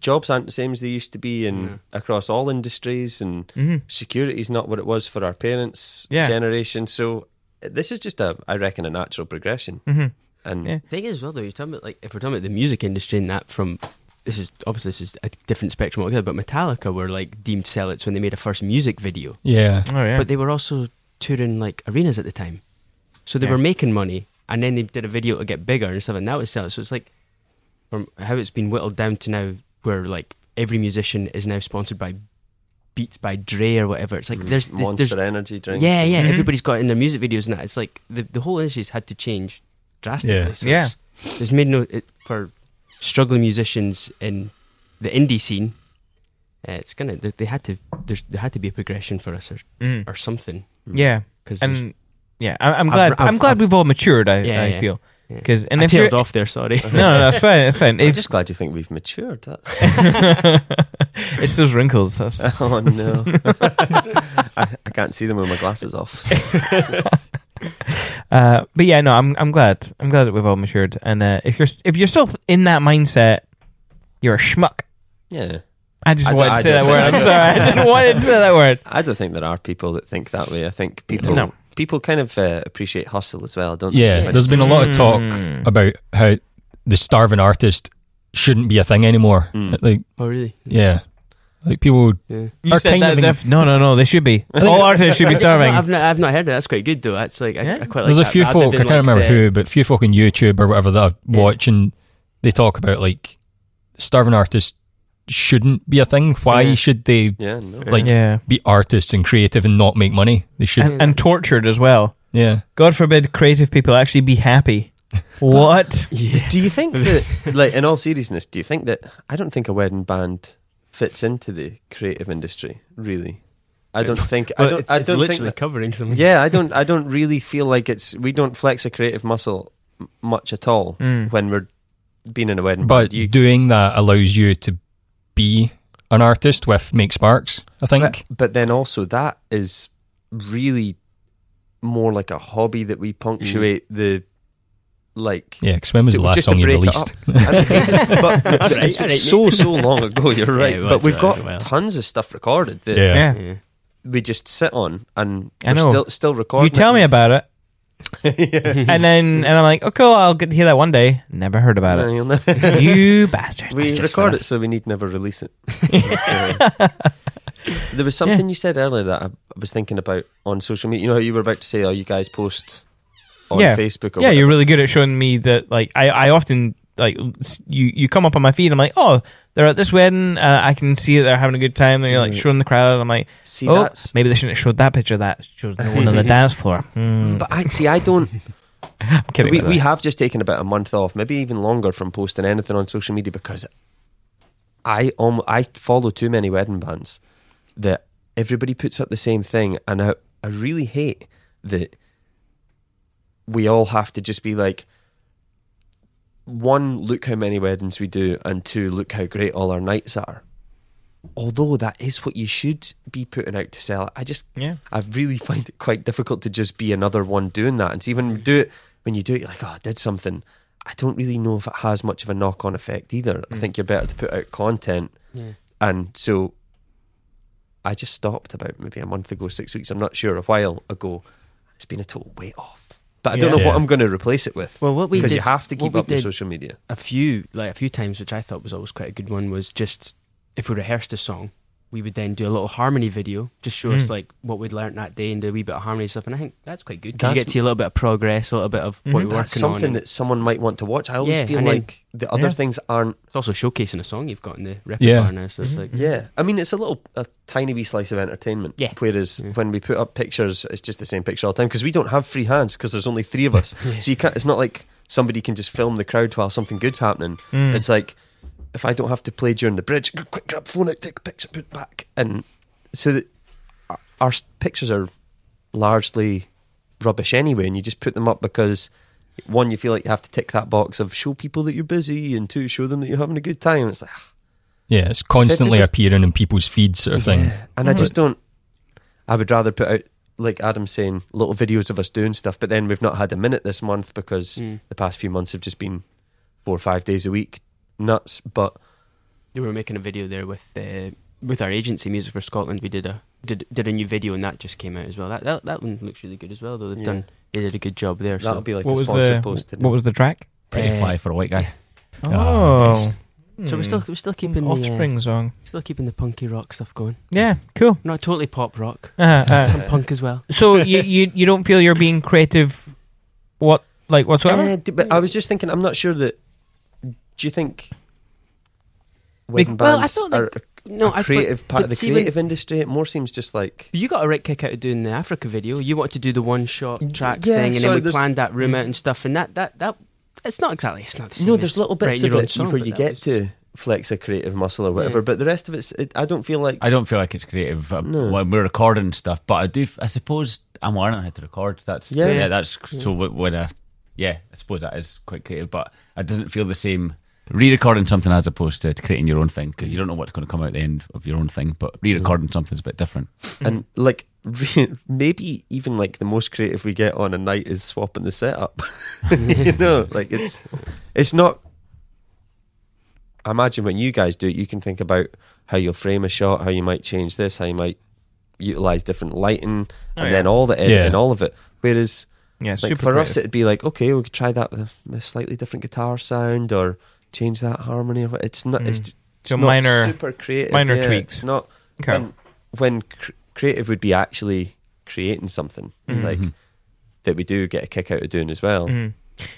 jobs aren't the same as they used to be, in across all industries, and security's not what it was for our parents' Mm-hmm. Yeah. generation. So uh, this is just a, I reckon, a natural progression. mm-hmm. And Yeah. thing is, well, though, you're talking about like if we're talking about the music industry and that from this is obviously this is a different spectrum altogether. But Metallica were like deemed sellouts when they made a first music video, Yeah. Oh yeah. but they were also touring like arenas at the time, so they Yeah. were making money, and then they did a video to get bigger and stuff, and that was sellout. So it's like from how it's been whittled down to now, where like every musician is now sponsored by Beats by Dre or whatever. It's like there's, there's, Mm, Monster there's Energy drink. yeah, yeah. Mhm. Everybody's got it in their music videos and that. It's like the, the whole industry's had to change drastically. Yeah. So Yeah. It's, it's made no it, for struggling musicians in the indie scene. Uh, it's gonna. They, they had to. There's there had to be a progression for us or, Mm. or something. Mm-hmm. yeah, Because and yeah, I, I'm I've- glad. i am I've- glad I've- we've all matured. I, Yeah, I yeah. feel Yeah. because and I if you're tailed off there. Sorry. no, no, that's fine. That's fine. I'm If, just glad you think we've matured. That's, it's those wrinkles. That's oh no, I, I can't see them with my glasses off. so. uh, but yeah, no, I'm I'm glad. I'm glad that we've all matured. And uh, if you're if you're still in that mindset, you're a schmuck. Yeah, I just I d- wanted I to say don't that word. I'm think- sorry. I didn't want to say that word. I don't think there are people that think that way. I think people No. people kind of uh, appreciate hustle as well, don't Yeah, they? Like, there's been a lot of talk Mm. about how the starving artist shouldn't be a thing anymore. Mm. Like, Oh really? yeah, like people. Yeah. You Our said king that of as Eng- if no, no, no. They should be. All artists should be I've not, I've starving. not, I've not heard that. That's quite good though. That's like I, Yeah. I quite like. there's a that, few rather folk I than, can't like, uh, remember the- who, but few folk on YouTube or whatever that I watch and they talk about like starving artists shouldn't be a thing. Why Yeah. should they yeah, no. like Yeah, be artists and creative and not make money? They should. and, and tortured as well. yeah, God forbid creative people actually be happy. What? Do you think that, like, in all seriousness, do you think that I don't think a wedding band fits into the creative industry really? I don't think I Well, don't it's, I it's don't think literally that- covering something. yeah, I don't. I don't really feel like it's. We don't flex a creative muscle m- much at all Mm. when we're being in a wedding. but band. you, doing that allows you to be an artist with make sparks. I think. But, but then also that is really more like a hobby that we punctuate the like. yeah, 'cause when was the Just last to song you break it released? up. but it's Alright, been so so long ago. You're right, it but was, we've it got was a while. tons of stuff recorded that Yeah. uh, Yeah. Yeah. we just sit on and I we're know. still still recording. You tell it. me about it, yeah. and then and I'm like, oh cool, I'll get to hear that one day. Never heard about No, it. you'll never- you bastards. we Just record for it, us. so we need never release it. So, there was something you said earlier that I, I was thinking about on social media. You know how you were about to say, "Oh, you guys post on Yeah. Facebook?" Or Yeah, whatever. you're really good at showing me that. Like, I, I often like s- you you come up on my feed. I'm like, oh, they're at this wedding. Uh, I can see that they're having a good time. And you're like showing the crowd. I'm like, See, oh, that's- maybe they shouldn't have showed that picture. That shows no one on the dance floor. Hmm, But I see. I don't. I'm kidding. we, by the we way. have just taken about a month off, maybe even longer, from posting anything on social media because I almost, I follow too many wedding bands that everybody puts up the same thing, and I I really hate that we all have to just be like. One, look how many weddings we do, and two, look how great all our nights are. Although that is what you should be putting out to sell, I just Yeah. I really find it quite difficult to just be another one doing that. And so even do it when you do it, you're like, oh, I did something. I don't really know if it has much of a knock on effect either. I think you're better to put out content. And so I just stopped about maybe a month ago, six weeks, I'm not sure, a while ago. It's been a total weight off. But I Yeah. don't know Yeah. what I'm going to replace it with. Well, what we because you did- have to what keep we up your did- social media. a few like a few times which I thought was always quite a good one was just if we rehearsed a song we would then do a little harmony video, just show us like what we'd learnt that day and do a wee bit of harmony stuff. And I think that's quite good. 'cause you That's- get to see a little bit of progress, a little bit of what Mhm. you're working That's something on. and that someone might want to watch. I always Yeah, feel and then- like the other yeah. things aren't. it's also showcasing a song you've got in the repertoire Yeah. now. So it's like, Yeah, I mean, it's a little a tiny wee slice of entertainment. Mm-hmm. Yeah. Whereas Yeah. when we put up pictures, it's just the same picture all the time because we don't have free hands because there's only three of us. So you can't. It's not like somebody can just film the crowd while something good's happening. Mm. It's like if I don't have to play during the bridge, g- quick grab phone out, take a picture, put it back, and so that our- our s- pictures are largely rubbish anyway, and you just put them up because one, you feel like you have to tick that box of show people that you're busy, and two, show them that you're having a good time. It's like. ah, Yeah, it's constantly Fifty- appearing in people's feeds, sort of thing. and Mm-hmm. I just don't. I would rather put out, like Adam's saying, little videos of us doing stuff, but then we've not had a minute this month because Hmm. the past few months have just been four or five days a week nuts. But we were making a video there with uh, with our agency, Music for Scotland. We did a did, did a new video and that just came out as well. That that, that one looks really good as well. Though they've Yeah. done they did a good job there. that'll so. be like what a was sponsored the post today. What was the track? Pretty Uh, fly for a white guy. Oh, so we're still we're still keeping the hmm. offspring song. uh, still keeping the punky rock stuff going. Yeah, cool. Not totally pop rock, Uh, uh, some punk as well. so you, you you don't feel you're being creative, what like whatsoever? Eh, d- but I was just thinking, I'm not sure that. Do you think wedding well, I bands don't are think- No, a, a creative but- part but of the see when- creative industry? It more seems just like You got a right kick out of doing the Africa video. You wanted to do the one shot track yeah, thing, and sorry, then we there's- Mm. planned that room out and stuff. And that that that it's not exactly it's not the same. No, there's as little bits writing of your own it song, where but you that get was- to flex a creative muscle or whatever, Yeah. but the rest of it's. It, I don't feel like. I don't feel like it's creative uh, No. when we're recording stuff, but I do. f- I suppose I'm learning how to record. That's Yeah. yeah. that's so. wh- When I yeah, I suppose that is quite creative, but it doesn't feel the same re-recording something as opposed to creating your own thing because you don't know what's going to come out the end of your own thing. But re-recording something's a bit different. Mm-hmm. and like re- maybe even like the most creative we get on a night is swapping the setup you know like it's it's not I imagine when you guys do it you can think about how you'll frame a shot how you might change this how you might utilize different lighting and then all the editing Yeah. and all of it whereas Oh, yeah, like, super for us creative. it'd be like okay we could try that with a slightly different guitar sound or change that harmony or what it's not it's Mm. just it's So not minor- super creative minor yeah, it's tweaks. not Okay. when, when cr- creative would be actually creating something Mm-hmm. like Mm-hmm. that we do get a kick out of doing as well. Mhm.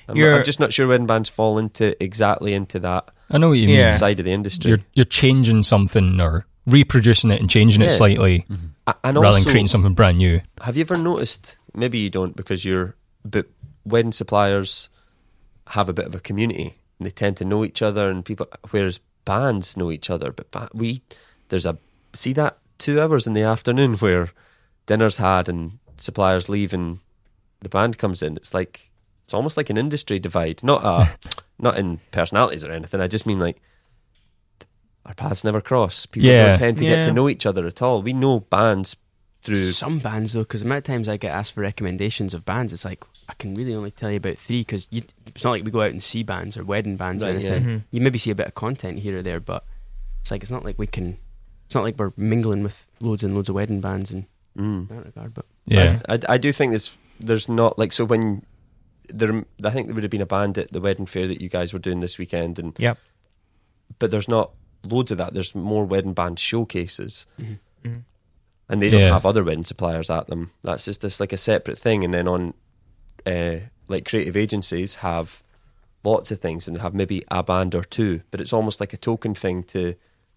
I'm, You're- I'm just not sure when bands fall into exactly into that I know what you Yeah. mean. side of the industry. You're you're changing something or reproducing it and changing Yeah. it slightly A- and rather than also, creating something brand new. have you ever noticed? Maybe you don't because you're, but wedding suppliers have a bit of a community and they tend to know each other and people. Whereas bands know each other, but ba- we there's a see that two hours in the afternoon where dinner's had and suppliers leave and the band comes in. It's like it's almost like an industry divide. Not a, not in personalities or anything. I just mean like our paths never cross. People Yeah. don't tend to get Yeah. to know each other at all. We know bands through Some bands though, because the amount of times I get asked for recommendations of bands, it's like I can really only tell you about three because it's not like we go out and see bands or wedding bands or Right, yeah. anything. mm-hmm, Mm-hmm. You maybe see a bit of content here or there, but it's like it's not like we can. It's not like we're mingling with loads and loads of wedding bands in Mm. that regard. But Yeah, I, I, I do think there's there's not like so when there I think there would have been a band at the wedding fair that you guys were doing this weekend and Yep. but there's not loads of that. There's more wedding band showcases. mm-hmm. And they don't Yeah. have other wedding suppliers at them. That's just this like a separate thing. And then on uh, like creative agencies have lots of things and they have maybe a band or two, but it's almost like a token thing to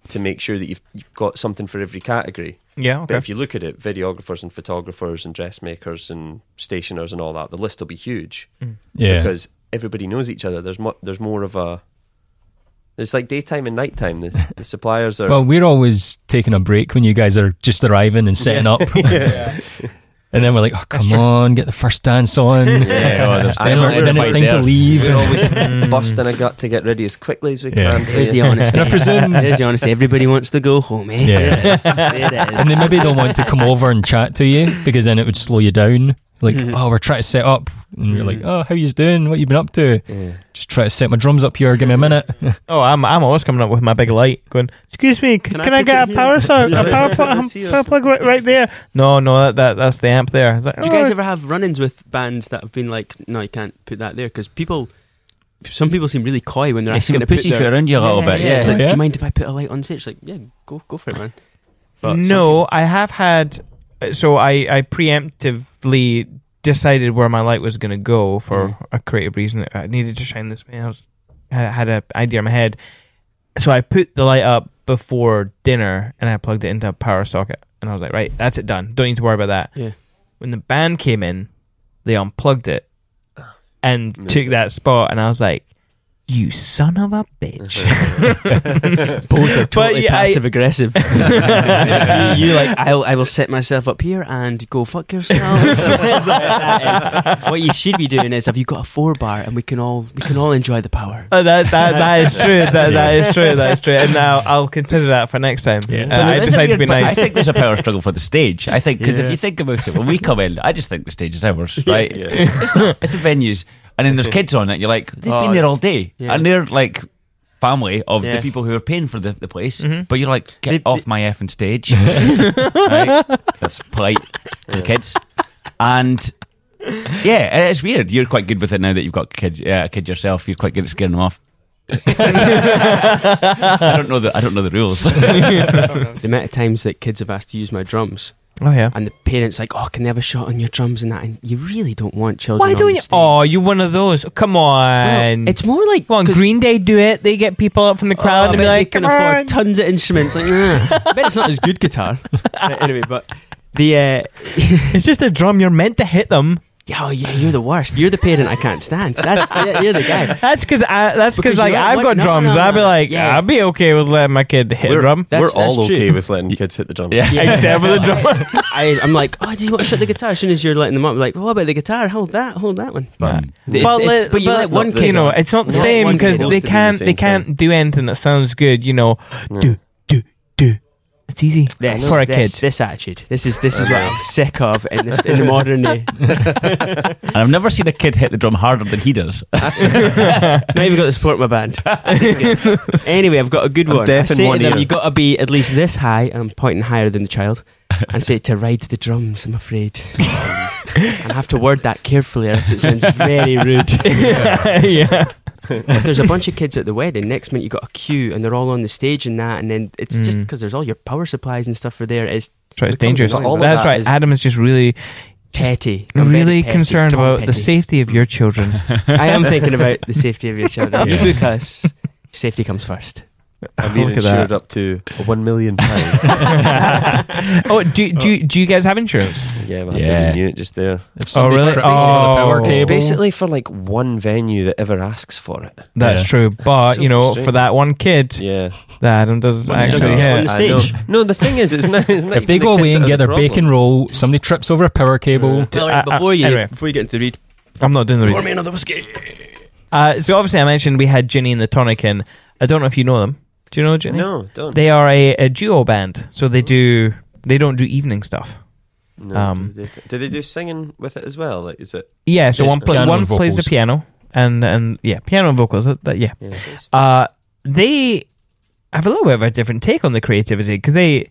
to make sure that you've you've got something for every category. yeah, But okay. if you look at it, videographers and photographers and dressmakers and stationers and all that, the list will be huge yeah. because everybody knows each other. There's mo- there's more of a it's like daytime and nighttime. The, the suppliers are Well, we're always taking a break when you guys are just arriving and setting up. And then we're like, oh, come on, get the first dance on. oh, there's then, we're- definitely then it's quite time to there. leave. we're always busting a gut to get ready as quickly as we Yeah. can. there's the honesty. And I presume, There's the honesty. Everybody wants to go home, eh? Yeah. There it is. There it is. and they maybe don't want to come over and chat to you because then it would slow you down. Like, Mm-hmm. oh, we're trying to set up, and you're like, oh, how you doing? What you been up to? Just try to set my drums up here. Give me a minute. Oh, I'm I'm always coming up with my big light, going. Excuse me, c- can, I I, pick get it a here?" power source, a Sorry. power, pl- Let's see um, it. power plug right, right there? No, no, that, that that's the amp there. It's like, Do you guys "Oh, ever have run-ins with bands that have been like, no, you can't put that there because people, some people seem really coy when they're It's asking going to to put their. pussyfoot around you a little bit. It's Yeah, like, Yeah. do you mind if I put a light on stage? Like, yeah, go go for it, man. But no, I have had. So I, I preemptively decided where my light was going to go for Mm. a creative reason. I needed to shine this way. I was I had an idea in my head, so I put the light up before dinner and I plugged it into a power socket. And I was like, right, that's it done. Don't need to worry about that. Yeah. When the band came in, they unplugged it and took that spot, and I was like, you son of a bitch. both are totally totally yeah, I- passive aggressive. you like, I'll, I will set myself up here and go fuck yourself. It's like, that is- what you should be doing is, have you got a four bar and we can all we can all enjoy the power. Oh, that, that, that is true. That, that is true. That is true. And now I'll consider that for next time. Yeah. Uh, So I there is a decided to weird be ba- I nice. think there's a power struggle for the stage. I think because Yeah. if you think about it, when we come in, I just think the stage is ours, right? It's not. It's the venues, and then there's kids on it. You're like, they've Oh, been there all day, yeah. and they're like family of Yeah. the people who are paying for the, the place. Mhm. But you're like, get They- off my effing stage. right? That's polite to the kids, and. Yeah, and it's weird. You're quite good with it now that you've got kids, yeah, a kid yourself. You're quite good at scaring them off. I don't know the I don't know the rules. The amount of times that kids have asked to use my drums Oh, yeah. and the parents like, oh, can they have a shot on your drums and that? And you really don't want children. Why on don't you? stage. Oh, you're one of those. Come on. Well, it's more like Come on, 'cause- Green Day do it. They get people up from the crowd Oh, and be I bet like, they can come afford on. tons of instruments. Like, "Nah." I bet it's not as good guitar. But anyway, but the uh, it's just a drum. You're meant to hit them. yeah, oh yeah, you're the worst. You're the parent I can't stand. That's you're the guy. That's because I. That's Because because you like know I've what? got No, drums. no, I'd be no. like, Yeah. I'd be okay with letting my kid hit a drum. That's- we're all that's okay true. with letting kids hit the drums. Yeah. Except for the drummer. I, I'm like, oh, do you want to shut the guitar? As soon as you're letting them up, you're like, well, what about the guitar? Hold that, hold that one. But- It's- Well, it's- let- but you but let one not kid. the- you know, it's not the Well, same one because kid they wants to do the can't. same they thing. can't do anything that sounds good. You know, do do do. It's easy This, for a this, kid. this attitude. This is this is what I'm sick of in this in the modern day. And I've never seen a kid hit the drum harder than he does. Not even got the support of my band. anyway, I've got a good I'm one. deaf I in say one to them, ear. you got to be at least this high, and I'm pointing higher than the child, and say to ride the drums. I'm afraid, and I have to word that carefully, or else it sounds very rude. yeah. if there's a bunch of kids at the wedding, next minute you got a queue, and they're all on the stage and that, and then it's just Mm. because there's all your power supplies and stuff are there. It's That's right, it's Becomes dangerous. annoying, but That's that right. is- Adam is just really, just petty. I'm very really petty, concerned Tom about the Petty. safety of your children. I am thinking about the safety of your children. Yeah. You book us, safety comes first. I've been Look at insured that. up to one million pounds. oh, do, do do you guys have insurance? yeah, but I Yeah. didn't knew it just there. If somebody Oh, really? trips over the power Oh. It's cable, basically for like one venue that ever asks for it. That's Yeah. true, but So you know, for frustrating. that one kid Yeah, that Adam does One actually kid. hit. the I know. stage. No, the thing is, it's not. It's not if they even go the away kids and that are get the their problem. bacon roll, somebody trips over a power cable. Well, uh, before you anyway. before you get into the read, I'm not doing the pour reading. me another whiskey. Uh, so obviously, I mentioned we had Ginny and the Tonic, and I don't know if you know them. Do you know Ginny? No, don't. They are a, a duo band, so they do they don't do evening stuff. no, um, do, they, do they do singing with it as well? Like, is it? Yeah, so Yes, one pla- piano one and plays the vocals. piano, and and yeah, piano and vocals. uh, That, yeah, Yeah, it is. uh, they have a little bit of a different take on the creativity because they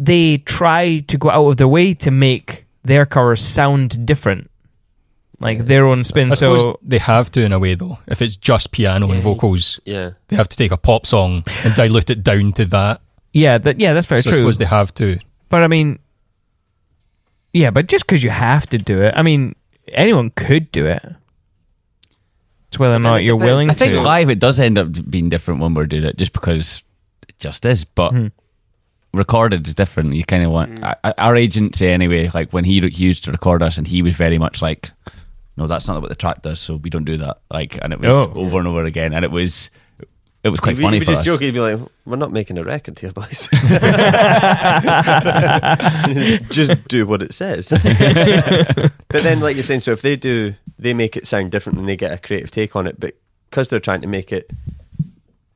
they try to go out of their way to make their covers sound different, like their own spin. I suppose So they have to in a way though. If it's just piano and vocals, yeah. they have to take a pop song and dilute it down to that. yeah, that yeah, that's very so I true. suppose they have to. but I mean, yeah, but just because you have to do it, I mean, anyone could do it. It's whether or then not it you're depends. willing I think to. live it does end up being different when we're doing it, just because it just is. But Mhm. recorded is different. You kind of want Hmm. I- our agency anyway. Like when he he used to record us, and he was very much like, "No, that's not what the track does, so we don't do that." Like, and it was Oh. over and over again, and it was it was quite You'd be- funny you'd for be just us. joking. You'd be like, "We're not making a record here, boys. just do what it says." but then, like you're saying, so if they do, they make it sound different, and they get a creative take on it, but because they're trying to make it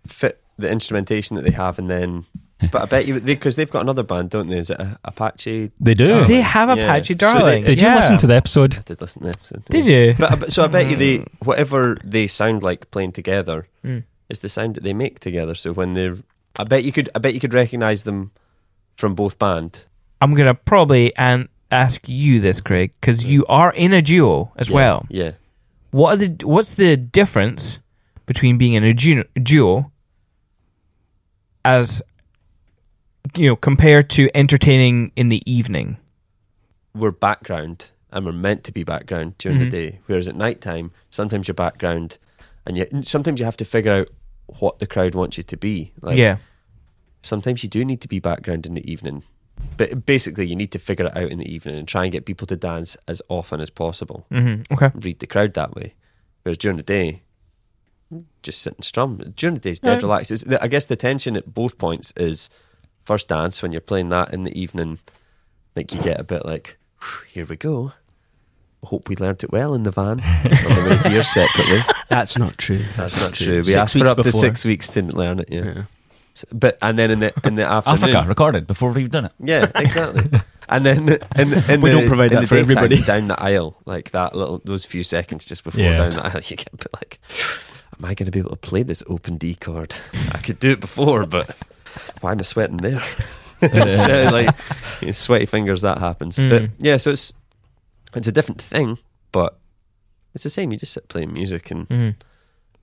fit the instrumentation that they have, and then. But I bet you because they've got another band, don't they? Is it uh, Apache? They do. They have Yeah. Apache So they- Darling. Oh. Did you listen to the episode? I did listen to the episode. Did you? But, I bet- so I bet you they whatever they sound like playing together Mm. is the sound that they make together. So when they're, I bet you could, I bet you could recognize them from both band. I'm gonna probably and ask you this, Craig, because you are in a duo as Yeah, well. yeah. What are the what's the difference between being in a du- duo as you know, compared to entertaining in the evening. we're background and we're meant to be background during Mhm. the day. Whereas at night time, sometimes you're background and you, sometimes you have to figure out what the crowd wants you to be. Like, yeah. Sometimes you do need to be background in the evening. But basically, you need to figure it out in the evening and try and get people to dance as often as possible. hmm Mm-hmm. Okay. Read the crowd that way. Whereas during the day, just sit and strum. During the day, it's dead relaxed. It's, I guess the tension at both points is first dance when you're playing that in the evening, like you get a bit like, "Phew, here we go. Hope we learnt it well in the van on the way here separately. That's not true. That's not true. We Six asked for weeks up to before. six weeks to learn it. Yeah. Yeah. So- But and then in the in the afternoon, Africa recorded before we've done it. yeah, exactly. And then in, in We the, don't provide in that the for daytime, everybody. down the aisle, like that little those few seconds just before Yeah. down the aisle, you get a bit like, am I going to be able to play this open D chord? I could do it before, but why am I sweating there? so, like you know, sweaty fingers, that happens. Hmm. But Mm. yeah, so it's it's a different thing, but it's the same. You just sit playing music, and hmm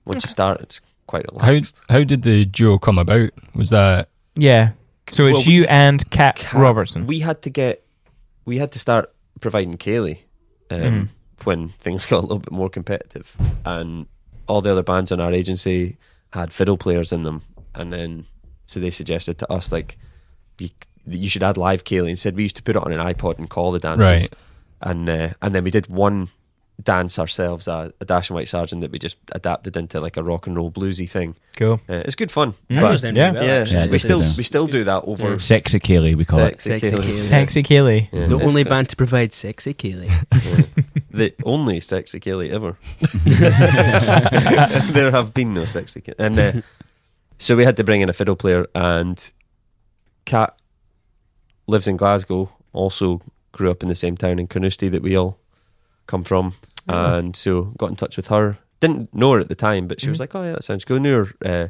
once you start, it's quite How relaxed. how did the duo come about? Was that Yeah. So it's Well, you and Kat, Kat- Robertson. We had to get, we had to start providing Kaylee um, Mhm. when things got a little bit more competitive, and all the other bands on our agency had fiddle players in them, and then so they suggested to us like, you, you should add live Kaylee. Instead, we used to put it on an iPod and call the dances, Right. and uh, and then we did one dance ourselves, a, a Dash and White Sergeant that we just adapted into like a rock and roll bluesy thing. cool. Uh, it's good fun. Mm. but- was there. Yeah. yeah, actually. we It's still good. we still do that over Sexy Kaylee, we call Sexy, Sexy Kaylee. Kaylee. Sexy Kaylee. Yeah, The it's only good. band to provide sexy Kaylee. the only sexy Kaylee ever. there have been no sexy Kaylee. And uh, so we had to bring in a fiddle player, and Kat lives in Glasgow, also grew up in the same town in Carnoustie that we all come from. Oh. And so got in touch with her. Didn't know her at the time, but she was Mhm. like, oh, yeah, that sounds cool. Knew her. Uh,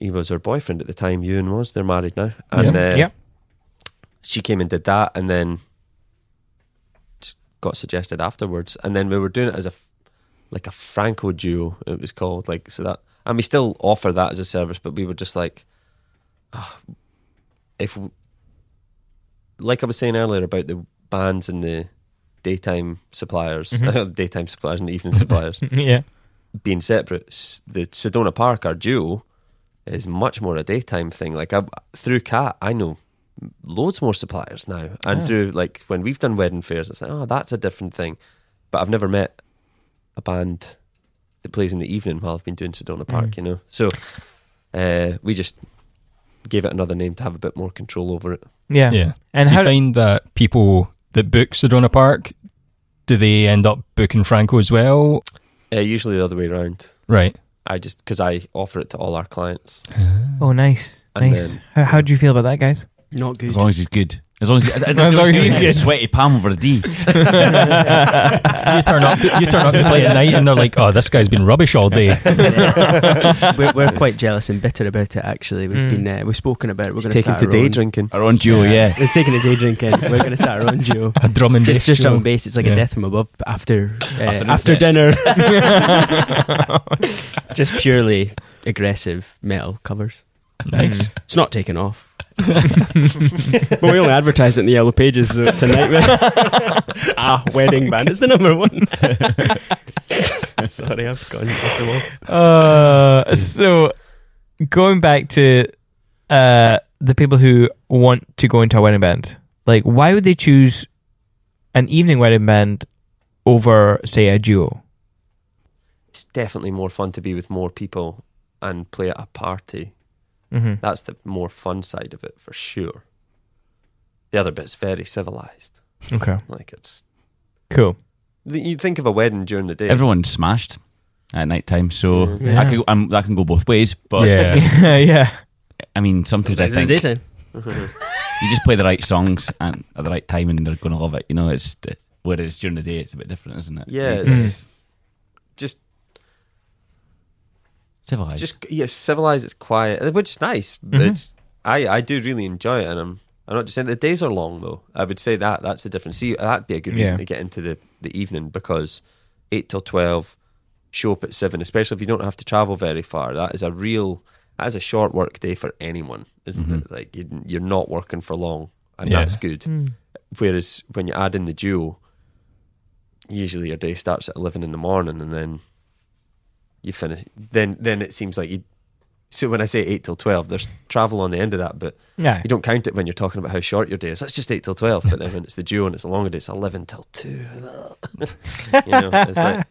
he was her boyfriend at the time, Ewan was. They're married now. And Yeah. uh, Yeah. she came and did that, and then just got suggested afterwards. And then we were doing it as a f- like a Franco duo. It was called like so that, and we still offer that as a service. But we were just like, ah, if w- like I was saying earlier about the bands and the daytime suppliers, Mhm. daytime suppliers and evening suppliers yeah. being separate, s- the Sedona Park, our duo, is much more a daytime thing. Like I, through Cat, I know loads more suppliers now, and Yeah. through like when we've done wedding fairs, it's like oh, that's a different thing. But I've never met a band that plays in the evening while I've been doing Sedona Park. Mm. You know, so uh, we just gave it another name to have a bit more control over it. Yeah. yeah? And do how you find that people that book Sedona Park do they end up booking Franco as well? Uh, usually the other way around. Right. I just because I offer it to all our clients. Oh, nice. And Nice. then- how, how do you feel about that, guys? Not good. As long as he's good. As long as, As long as he's good. Sweaty palm over a D. you turn up to, you turn up to play at night and they're like, oh, this guy's been rubbish all day. we're, we're quite jealous and bitter about it. Actually, we've Mm. been uh, we've spoken about it. We're It's going taken start to our day own- drinking. Our own duo, yeah. It's taking a day drinking. We're going to start our own duo. A drum and Just, bass just duo. on bass, it's like Yeah. a death from above after uh, Afternoon after set. dinner. just purely aggressive metal covers. Nice. It's not taken off. but we only advertise it in the yellow pages, so it's a nightmare. ah, wedding band is the number one. Sorry, I've gone off the wall. Uh, so going back to uh, the people who want to go into a wedding band, like why would they choose an evening wedding band over, say, a duo? it's definitely more fun to be with more people and play at a party. Mm-hmm. That's the more fun side of it for sure. The other bit's very civilized. Okay, Like it's cool. th- you think of a wedding during the day. Everyone's smashed at night time, so Yeah. I, can, I'm, I can go both ways. But Mm-hmm. yeah. yeah, I mean, sometimes I It's think daytime. you just play the right songs and at the right time, and they're going to love it. You know, it's whereas during the day it's a bit different, isn't it? yeah, Like, it's just civilized. it's just yeah, civilized. It's quiet, uh, which is nice. but It's I I do really enjoy it, and I'm I'm not just saying the days are long though. I would say that that's the difference. See, that'd be a good reason Yeah. to get into the the evening because eight till twelve, show up at seven, especially if you don't have to travel very far. That is a real that is a short work day for anyone, isn't Mhm. it? Like you, you're not working for long, and Yeah. that's good. Whereas when you add in the duo, usually your day starts at eleven in the morning, and then you finish. Then then it seems like you. So when I say eight till twelve, there's travel on the end of that, but Yeah. you don't count it when you're talking about how short your day is. That's just eight till twelve. But then when it's the duo and it's a longer day, it's eleven till two. you know, it's like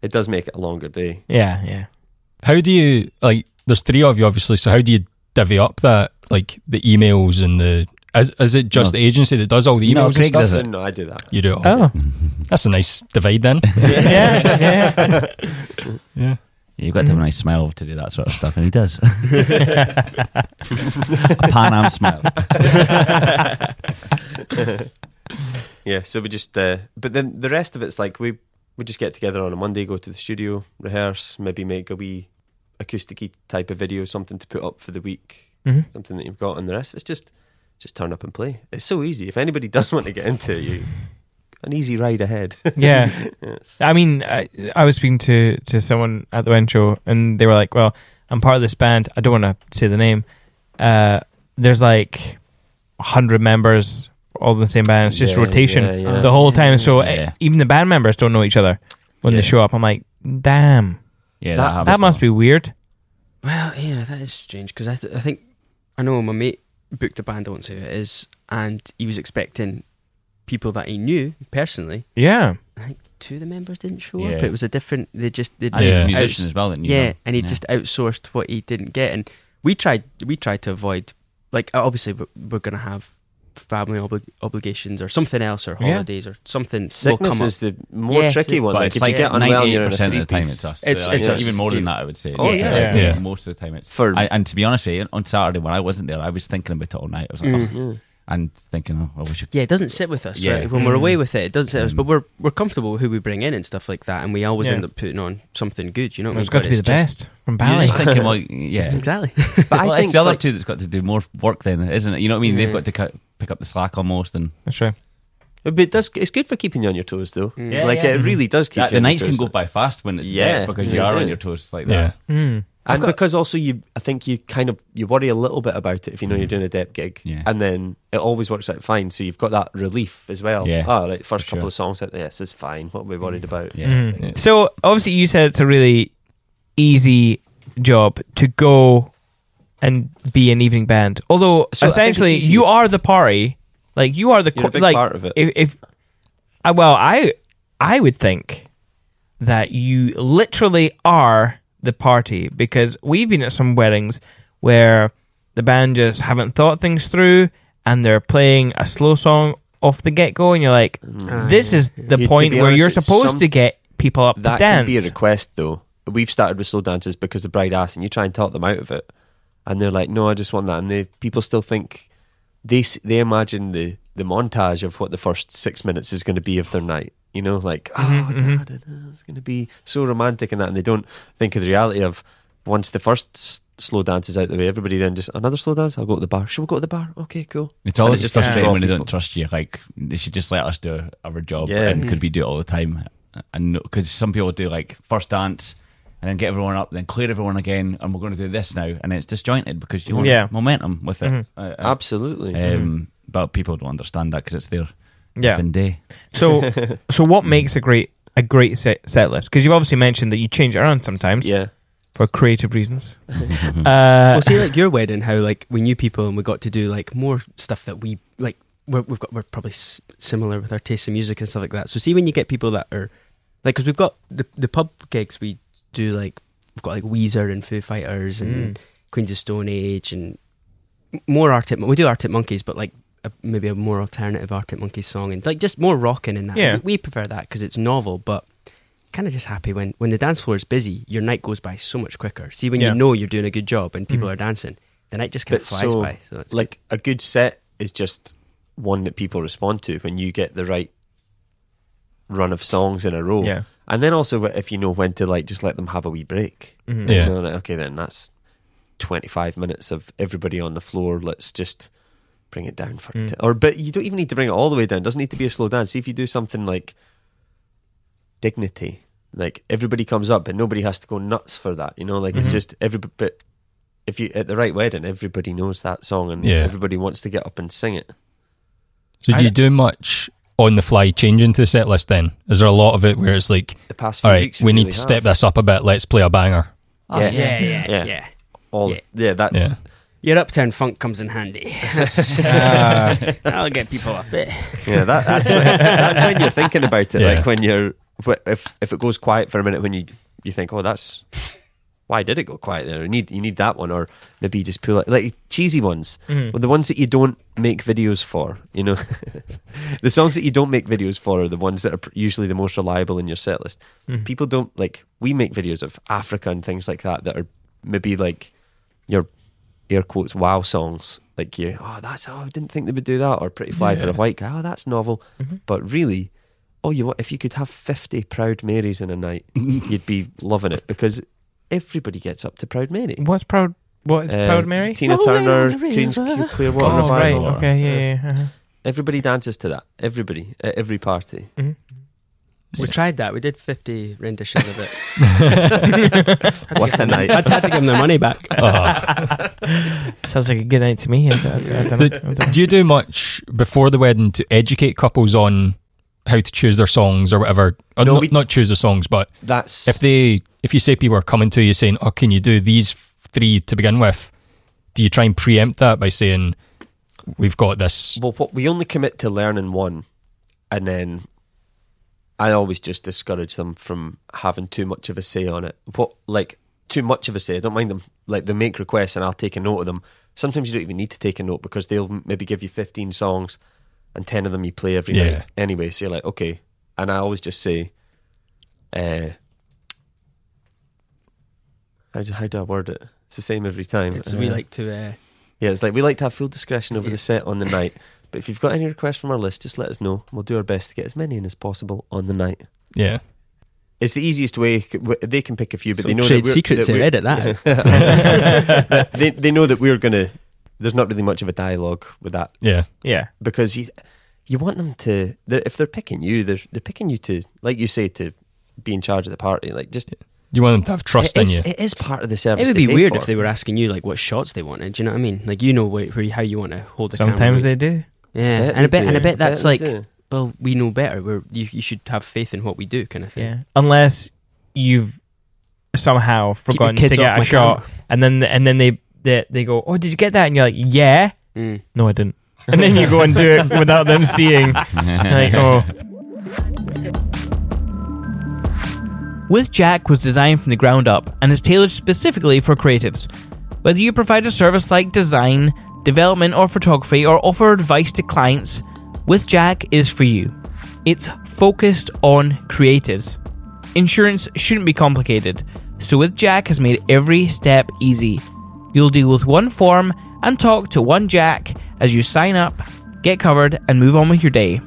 it does make it a longer day. Yeah, yeah. How do you like? There's three of you, obviously. So how do you divvy up that like the emails and the? Is, is it just No. the agency that does all the emails No, and Craig stuff? does it. No, I do that. You do it. All. Oh, That's a nice divide then. yeah, yeah. yeah. You've got to have a nice smile to do that sort of stuff, and he does. a Pan Am smile. Yeah, so we just, uh, but then the rest of it's like we we just get together on a Monday, go to the studio, rehearse, maybe make a wee acoustic type of video, something to put up for the week, Mhm. something that you've got, and the rest of it's just just turn up and play. It's so easy. If anybody does want to get into it, you, an easy ride ahead. Yeah. It's- I mean, I, I was speaking to, to someone at the intro, and they were like, "Well, I'm part of this band. I don't want to say the name. Uh, there's like hundred members, all in the same band. It's just Yeah, rotation yeah, yeah. the whole time. So Yeah. eh, even the band members don't know each other when Yeah. they show up. I'm like, damn, Yeah, That- that, that must be weird. Well, yeah, that is strange because I, th- I think I know my mate booked a band. I won't say who it is, and he was expecting people that he knew personally. Yeah, I think two of the members didn't show Yeah. up. It was a different. They just they And he's Yeah. a I was- musician as well. didn't you yeah, know? and he Yeah. just outsourced what he didn't get. And we tried we tried to avoid like obviously we're, we're gonna have family obli- obligations or something else or Yeah. holidays or something will come Sickness up. is the more Yeah, tricky sick- one. But Like it's if like you get unwell, you're in 98% a three of the time piece. it's us. It's- Like, it's us. even more than that, I would say. Oh, It's yeah. like, Yeah. Yeah. Most of the time it's For- and, and to be honest with you, on Saturday when I wasn't there, I was thinking about it all night. I was like, Mm. oh, and thinking, oh, I wish I could. Mm. Yeah, it doesn't sit with us. Yeah. Right? When we're away with it, it doesn't sit with us. Mm. But we're we're comfortable with who we bring in and stuff like that, and we always Yeah. end up putting on something good. You know, what I it's mean? got to But be the just- best from You're Bali. just thinking, well, yeah. Exactly. But well, I it's think the other like, two that's got to do more work, then, isn't it? You know what I mean? Yeah. They've got to cu- pick up the slack almost, and That's true. but it does. It's good for keeping you on your toes, though. Yeah, like yeah. it really does keep that, you the on your nights can toes. go by fast when it's Yeah, yeah because they you are do. on your toes like Yeah. that. Mm. And because also you, I think you kind of you worry a little bit about it if you know you're doing a depth gig, Mm. Yeah. and then it always works out fine. So you've got that relief as well. Yeah, Oh, right, first for couple sure. of songs, like, yes, it's fine. What are we worried about? Yeah. Mm. Yeah. So obviously, you said it's a really easy job to go and be an evening band. Although So I think it's essentially, easy you if- are the party. Like you are the You're a co- big like part of it. if, if I, well, I I would think that you literally are the party because we've been at some weddings where the band just haven't thought things through and they're playing a slow song off the get go, and you're like, this is the Yeah, to point be where you're honest, it's supposed some- to get people up That to dance. can be a request though. We've started with slow dances because the bride asked, and you try and talk them out of it, and they're like, "No, I just want that." And they people still think they s- they imagine the the montage of what the first six minutes is going to be of their night. You know, like, oh, God, I know, it's going to be so romantic and that, and they don't think of the reality of once the first s- slow dance is out the way, everybody then just another slow dance. I'll go to the bar. Should we go to the bar? Okay, cool. It's And always it just doesn't frustrating draw when they don't people. trust you. Like they should just let us do our job, Yeah. and because we do it all the time. And because some people do like first dance, and then get everyone up, then clear everyone again, and we're going to do this now, and it's disjointed because you want Yeah. momentum with it. Uh, uh, Absolutely. um, but people don't understand that because it's their Yeah. effing day. So, so what makes a great a great set, set list? Because you've obviously mentioned that you change it around sometimes yeah. Hmm. for creative reasons. uh, Mm-hmm. well, see, like your wedding, how like we knew people and we got to do like more stuff that we like. We're, we've got we're probably s- similar with our tastes in music and stuff like that. So see, when you get people that are like, because we've got the the pub gigs we do like we've got like Weezer and Foo Fighters Mm. Hmm. and Queens of Stone Age and m- more Arctic. Mon- We do Arctic Monkeys, but like. A, maybe a more alternative Arctic Monkeys song and like just more rocking in that. Yeah. We, we prefer that because it's novel, but kind of just happy when when the dance floor is busy. Your night goes by so much quicker. See, when Yeah. Mm. you know you're doing a good job and people are dancing, the night just kind But of flies so, by. So that's like a good set is just one that people respond to when you get the right run of songs in a row. Yeah. And then also wh- if you know when to like just let them have a wee break. Mhm. Yeah. You know, like, okay then that's 25 minutes of everybody on the floor. Let's just bring it down for Mm. t- or but you don't even need to bring it all the way down. It doesn't need to be a slow dance. See if you do something like dignity. Like everybody comes up and nobody has to go nuts for that. You know, like it's Mm-hmm. Mhm. just everybody but if you at the right wedding, everybody knows that song and Yeah. everybody wants to get up and sing it. So I do you don't- do much on the fly changing to the set list then? Is there a lot of it where it's like, The past few all right, weeks, we need really to step have. this up a bit, let's play a banger? Oh, yeah, yeah, yeah, yeah. yeah. all Yeah. yeah, that's Yeah. Your uptown funk comes in handy. That's- That'll get people up. Yeah, that, that's when, that's when you're thinking about it. Yeah. Like when you're wh- if if it goes quiet for a minute, when you you think, oh, that's why did it go quiet there? You need you need that one, or maybe you just pull it like cheesy ones, Hmm. Hmm. well, the ones that you don't make videos for. You know, the songs that you don't make videos for are the ones that are pr- usually the most reliable in your set list. Hmm. People don't like we make videos of Africa and things like that that are maybe like your air quotes wow songs like you oh that's oh I didn't think they would do that or pretty fly for a white guy oh that's novel Mm-hmm. but really oh you want if you could have 50 proud marys in a night you'd be loving it because everybody gets up to proud mary What's proud? What is Uh, proud Mary? Tina Turner Queen's Cu- Clearwater oh, right. Revival Okay. Yeah. yeah. uh-huh. everybody dances to that everybody at every party We tried that. We did 50 renditions of it. Uh-huh. what a night I'd had to give them their money back. Uh, Sounds like a good night to me. I, don't- I don't know. I don't know. do you do much before the wedding to educate couples on how to choose their songs or whatever? Or No, not, we- not choose their songs, but that's if they, if you say people are coming to you saying, oh, can you do these three to begin with? Do you try and preempt that by saying, we've got this? Well, what, we only commit to learning one, and then I always just discourage them from having too much of a say on it. What like too much of a say? I don't mind them. Like they make requests, and I'll take a note of them. Sometimes you don't even need to take a note because they'll m- maybe give you fifteen songs, and ten of them you play every Yeah. night anyway. So you're like, okay. And I always just say, uh, how do, how do I word it? It's the same every time. It's, we Uh, like to. Uh, yeah, it's like we like to have full discretion over the set on the night. But if you've got any requests from our list, just let us know. We'll do our best to get as many in as possible on the night. Yeah. It's the easiest way. c- w- They can pick a few, but Some they know that trade we're- secrets that here, we're- edit that. But they they know that we're gonna. There's not really much of a dialogue with that Yeah. Yeah. because you you want them to. They're, if they're picking you, they're they're picking you to, like you say, to be in charge of the party. Like just You want them to have trust it in is, you. it is part of the service. It would they be pay weird for. if they were asking you like what shots they wanted. Do you know what I mean? Like you know where, where how you want to hold the Sometimes camera. they do. yeah, Bet and I they bet and I do. bet that's Bet like they do. well we know better. Where you you should have faith in what we do, kind of thing. Yeah. Unless you've somehow forgotten kids to off get my a shot, and then and then they, they they go, "Oh, did you get that?" And you're like, "Yeah." Mm. No, I didn't. And then you go and do it without them seeing. like, oh. With Jack was designed from the ground up and is tailored specifically for creatives. Whether you provide a service like design, development, or photography, or offer advice to clients, With Jack is for you. It's focused on creatives. Insurance shouldn't be complicated, so With Jack has made every step easy. You'll deal with one form and talk to one Jack as you sign up, get covered, and move on with your day.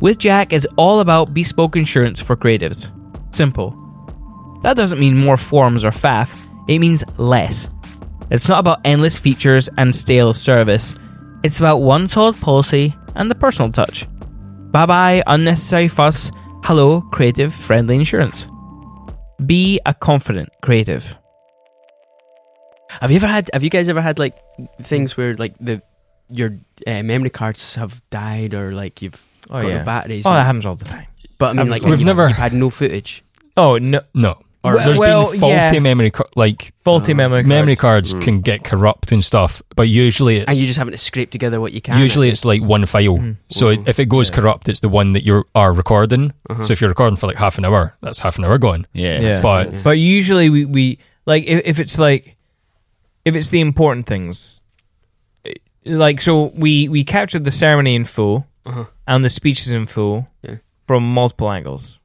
With Jack is all about bespoke insurance for creatives. Simple. That doesn't mean more forms or faff, it means less. It's not about endless features and stale service. It's about one solid policy and the personal touch. Bye bye, unnecessary fuss. Hello, creative friendly insurance. Be a confident creative. Have you ever had? Have you guys ever had like things where like the your uh, memory cards have died or like you've Oh, Oh, got the batteries? and- happens all the time. but I mean, happens like all the you've, time. you've had no footage. Oh, no. No. Or- Or there's well, been faulty yeah. memory, car- like Faulty Uh, memory cards. memory cards can get corrupt and stuff. But usually it's and you're just having to scrape together what you can. usually it's like one file. So Mhm. if it goes Yeah. corrupt, it's the one that you are recording. Uh-huh. So if you're recording for like half an hour, that's half an hour gone. yeah. Yeah. But But usually we, we like if, if it's like if it's the important things, eh, like so we we captured the ceremony in full Uh-huh. and the speeches in full Yeah. from multiple angles.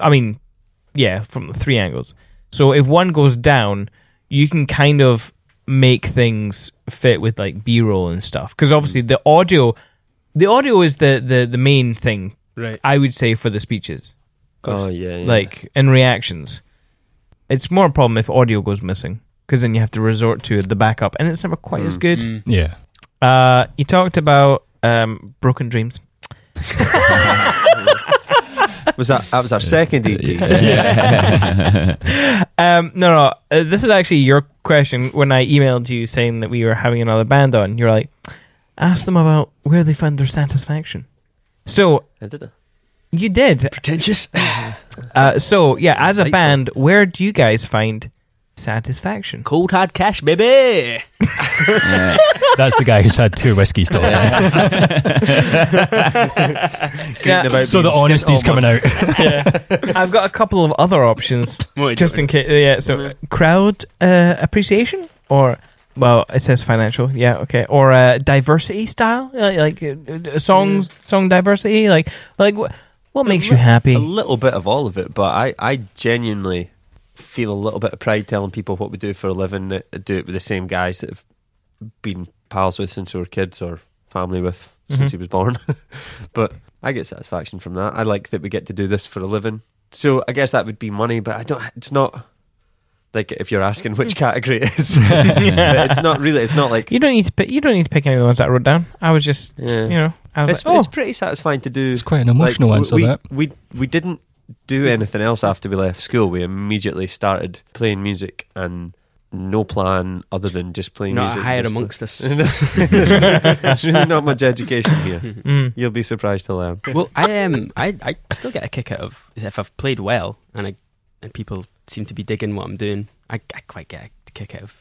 I mean, yeah, from three angles. So if one goes down, you can kind of make things fit with like B roll and stuff because obviously Mm. the audio, the audio is the the the main thing right. I would say for the speeches Oh yeah, yeah. like and reactions. It's more a problem if audio goes missing because then you have to resort to the backup, and it's never quite as good. Mm. yeah. Uh, you talked about um, broken dreams. Was that that was our second E EP? Um, no, no. Uh, this is actually your question. When I emailed you saying that we were having another band on, you're like, ask them about where they found their satisfaction. So I did it. you did. Pretentious. Uh, so yeah, as a Insightful. band, where do you guys find satisfaction? Cold hard cash, baby. That's the guy who's had two whiskeys till now. Yeah, So the honesty's coming out. I've got a couple of other options just in case. Yeah, so uh, crowd uh, appreciation or well, it says financial. Yeah, okay. Or uh, diversity style, uh, like uh, uh, songs, song diversity. Like, like wh- what makes you Mm. A happy? little bit of all of it, but I, I genuinely feel a little bit of pride telling people what we do for a living. That I do it with the same guys that have been pals with since we were kids or family with Mm-hmm. since he was born. but I get satisfaction from that. I like that we get to do this for a living. So I guess that would be money, but I don't. It's not like if you're asking which category it is. it's not really. It's not like You don't need to pick. You don't need to pick any of the ones that I wrote down. I was just, Yeah. you know, I was It's, like, oh, it's pretty satisfying to do. It's quite an emotional w- answer, We, that. we we didn't do anything else after we left school. We immediately started playing music and no plan other than just playing Not music. a hire just amongst us. play- There's really not much education here. mm, You'll be surprised to learn. well, I um, I, I still get a kick out of if I've played well and I, and people seem to be digging what I'm doing. I, I quite get a kick out of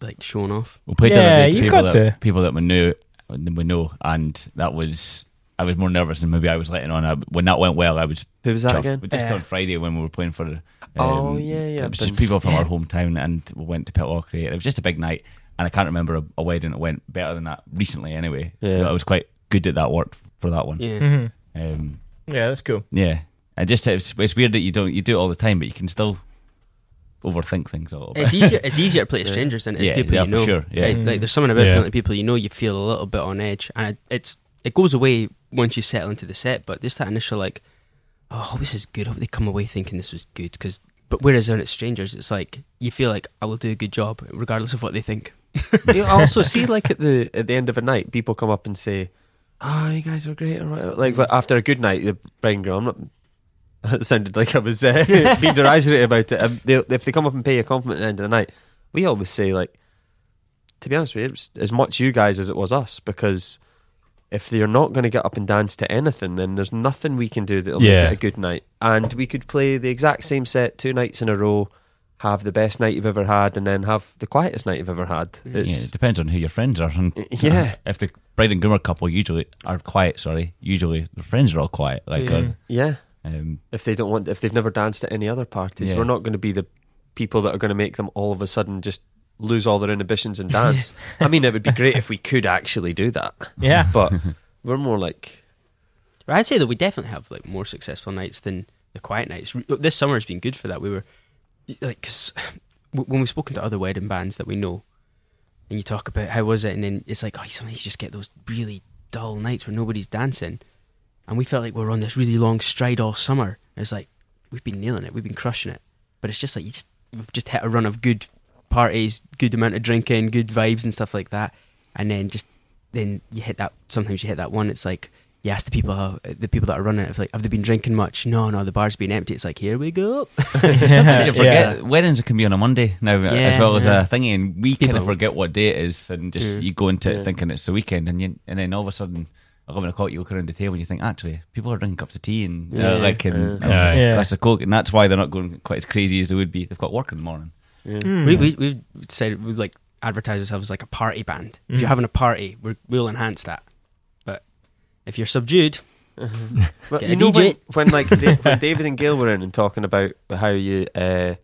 like showing off. We played the Yeah, other day to you people, that, got to. people that we knew, we know, and that was I was more nervous than maybe I was letting on. I, when that went well, I was Who was that chuffed. again? We just on Friday when we were playing for. Um, Oh, yeah, yeah, It was just but- people from our hometown, and we went to Pitlochry. and It was just a big night, and I can't remember a, a wedding that went better than that recently. Anyway, Yeah. But I was quite good at that work for that one. Mm. Yeah. mhm. Um, yeah, that's cool. yeah, and just it's, it's weird that you don't you do it all the time, but you can still overthink things a little bit. It's easier. It's easier to play to strangers than it is Yeah, people yeah, you for know. sure, yeah. Like, like, there's something about Yeah. playing to people you know. You feel a little bit on edge, and it- it's it goes away once you settle into the set. But just that initial like, oh, I hope this is good. I hope they come away thinking this was good. Because but whereas when it's strangers, it's like you feel like I will do a good job regardless of what they think. you also see like at the at the end of a night, people come up and say, "Oh, you guys were great," or whatever. Like but after a good night, the brain go, "I'm not." It sounded like I was uh, being derisory about it. Um, they, if they come up and pay you a compliment at the end of the night, we always say like, to be honest with you, it was as much you guys as it was us because. If they're not going to get up and dance to anything, then there's nothing we can do that'll Yeah. make it a good night. And we could play the exact same set two nights in a row, have the best night you've ever had, and then have the quietest night you've ever had. It's, yeah, it depends on who your friends are. And uh, Uh-huh. Yeah. if the bride and groom are a couple, usually are quiet. Sorry, usually the friends are all quiet. Like, uh, or, Yeah, um, if they don't want, if they've never danced at any other parties, Yeah. we're not going to be the people that are going to make them all of a sudden just lose all their inhibitions and dance. I mean, it would be great if we could actually do that, Yeah, but we're more like But I'd say that we definitely have like more successful nights than the quiet nights. Re- oh, This summer has been good for that. We were like, 'cause w- when we've spoken to other wedding bands that we know, and you talk about how was it, and then it's like, oh, sometimes you just get those really dull nights where nobody's dancing, and we felt like we were on this really long stride all summer. It's like we've been nailing it, we've been crushing it, but it's just like you just we've just hit a run of good parties, good amount of drinking, good vibes and stuff like that, and then just then you hit that. Sometimes you hit that one. It's like you ask the people, uh, the people that are running it, if like, have they been drinking much? No, no, the bar's been empty. It's like here we go. sometimes you yeah. forget weddings can be on a Monday now uh, as Uh, Yeah, well as yeah. a thingy, and we kind of People- forget what day it is, and just Yeah. you go into Yeah. it thinking it's the weekend, and you, and then all of a sudden. Eleven o'clock, you look around the table and you think, actually, people are drinking cups of tea and you know, Yeah. like and Yeah. Yeah. yeah. glass of coke, and that's why they're not going quite as crazy as they would be. They've got work in the morning. Hmm. Hmm. We we we decided we would like advertise ourselves as like a party band. Hmm. If you're having a party, we're, we'll enhance that. But if you're subdued, Well, Get you a know when, DJ. when like da- when David and Gail were in and talking about how you uh,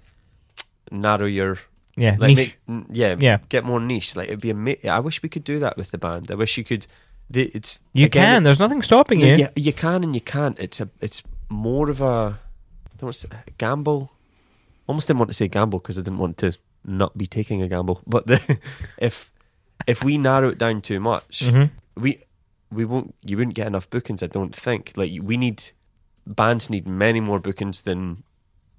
narrow your yeah, niche. like make- n- yeah Yeah. get more niche. Like it'd be amazing. I wish we could do that with the band. I wish you could. The, it's You again, can. it- There's nothing stopping No, you. yeah, you can and you can't. It's a it's more of a I don't want to say, gamble. Almost didn't want to say gamble because I didn't want to not be taking a gamble. But the, if if we narrow it down too much, Mhm. we we won't you wouldn't get enough bookings. I don't think. Like we need bands need many more bookings than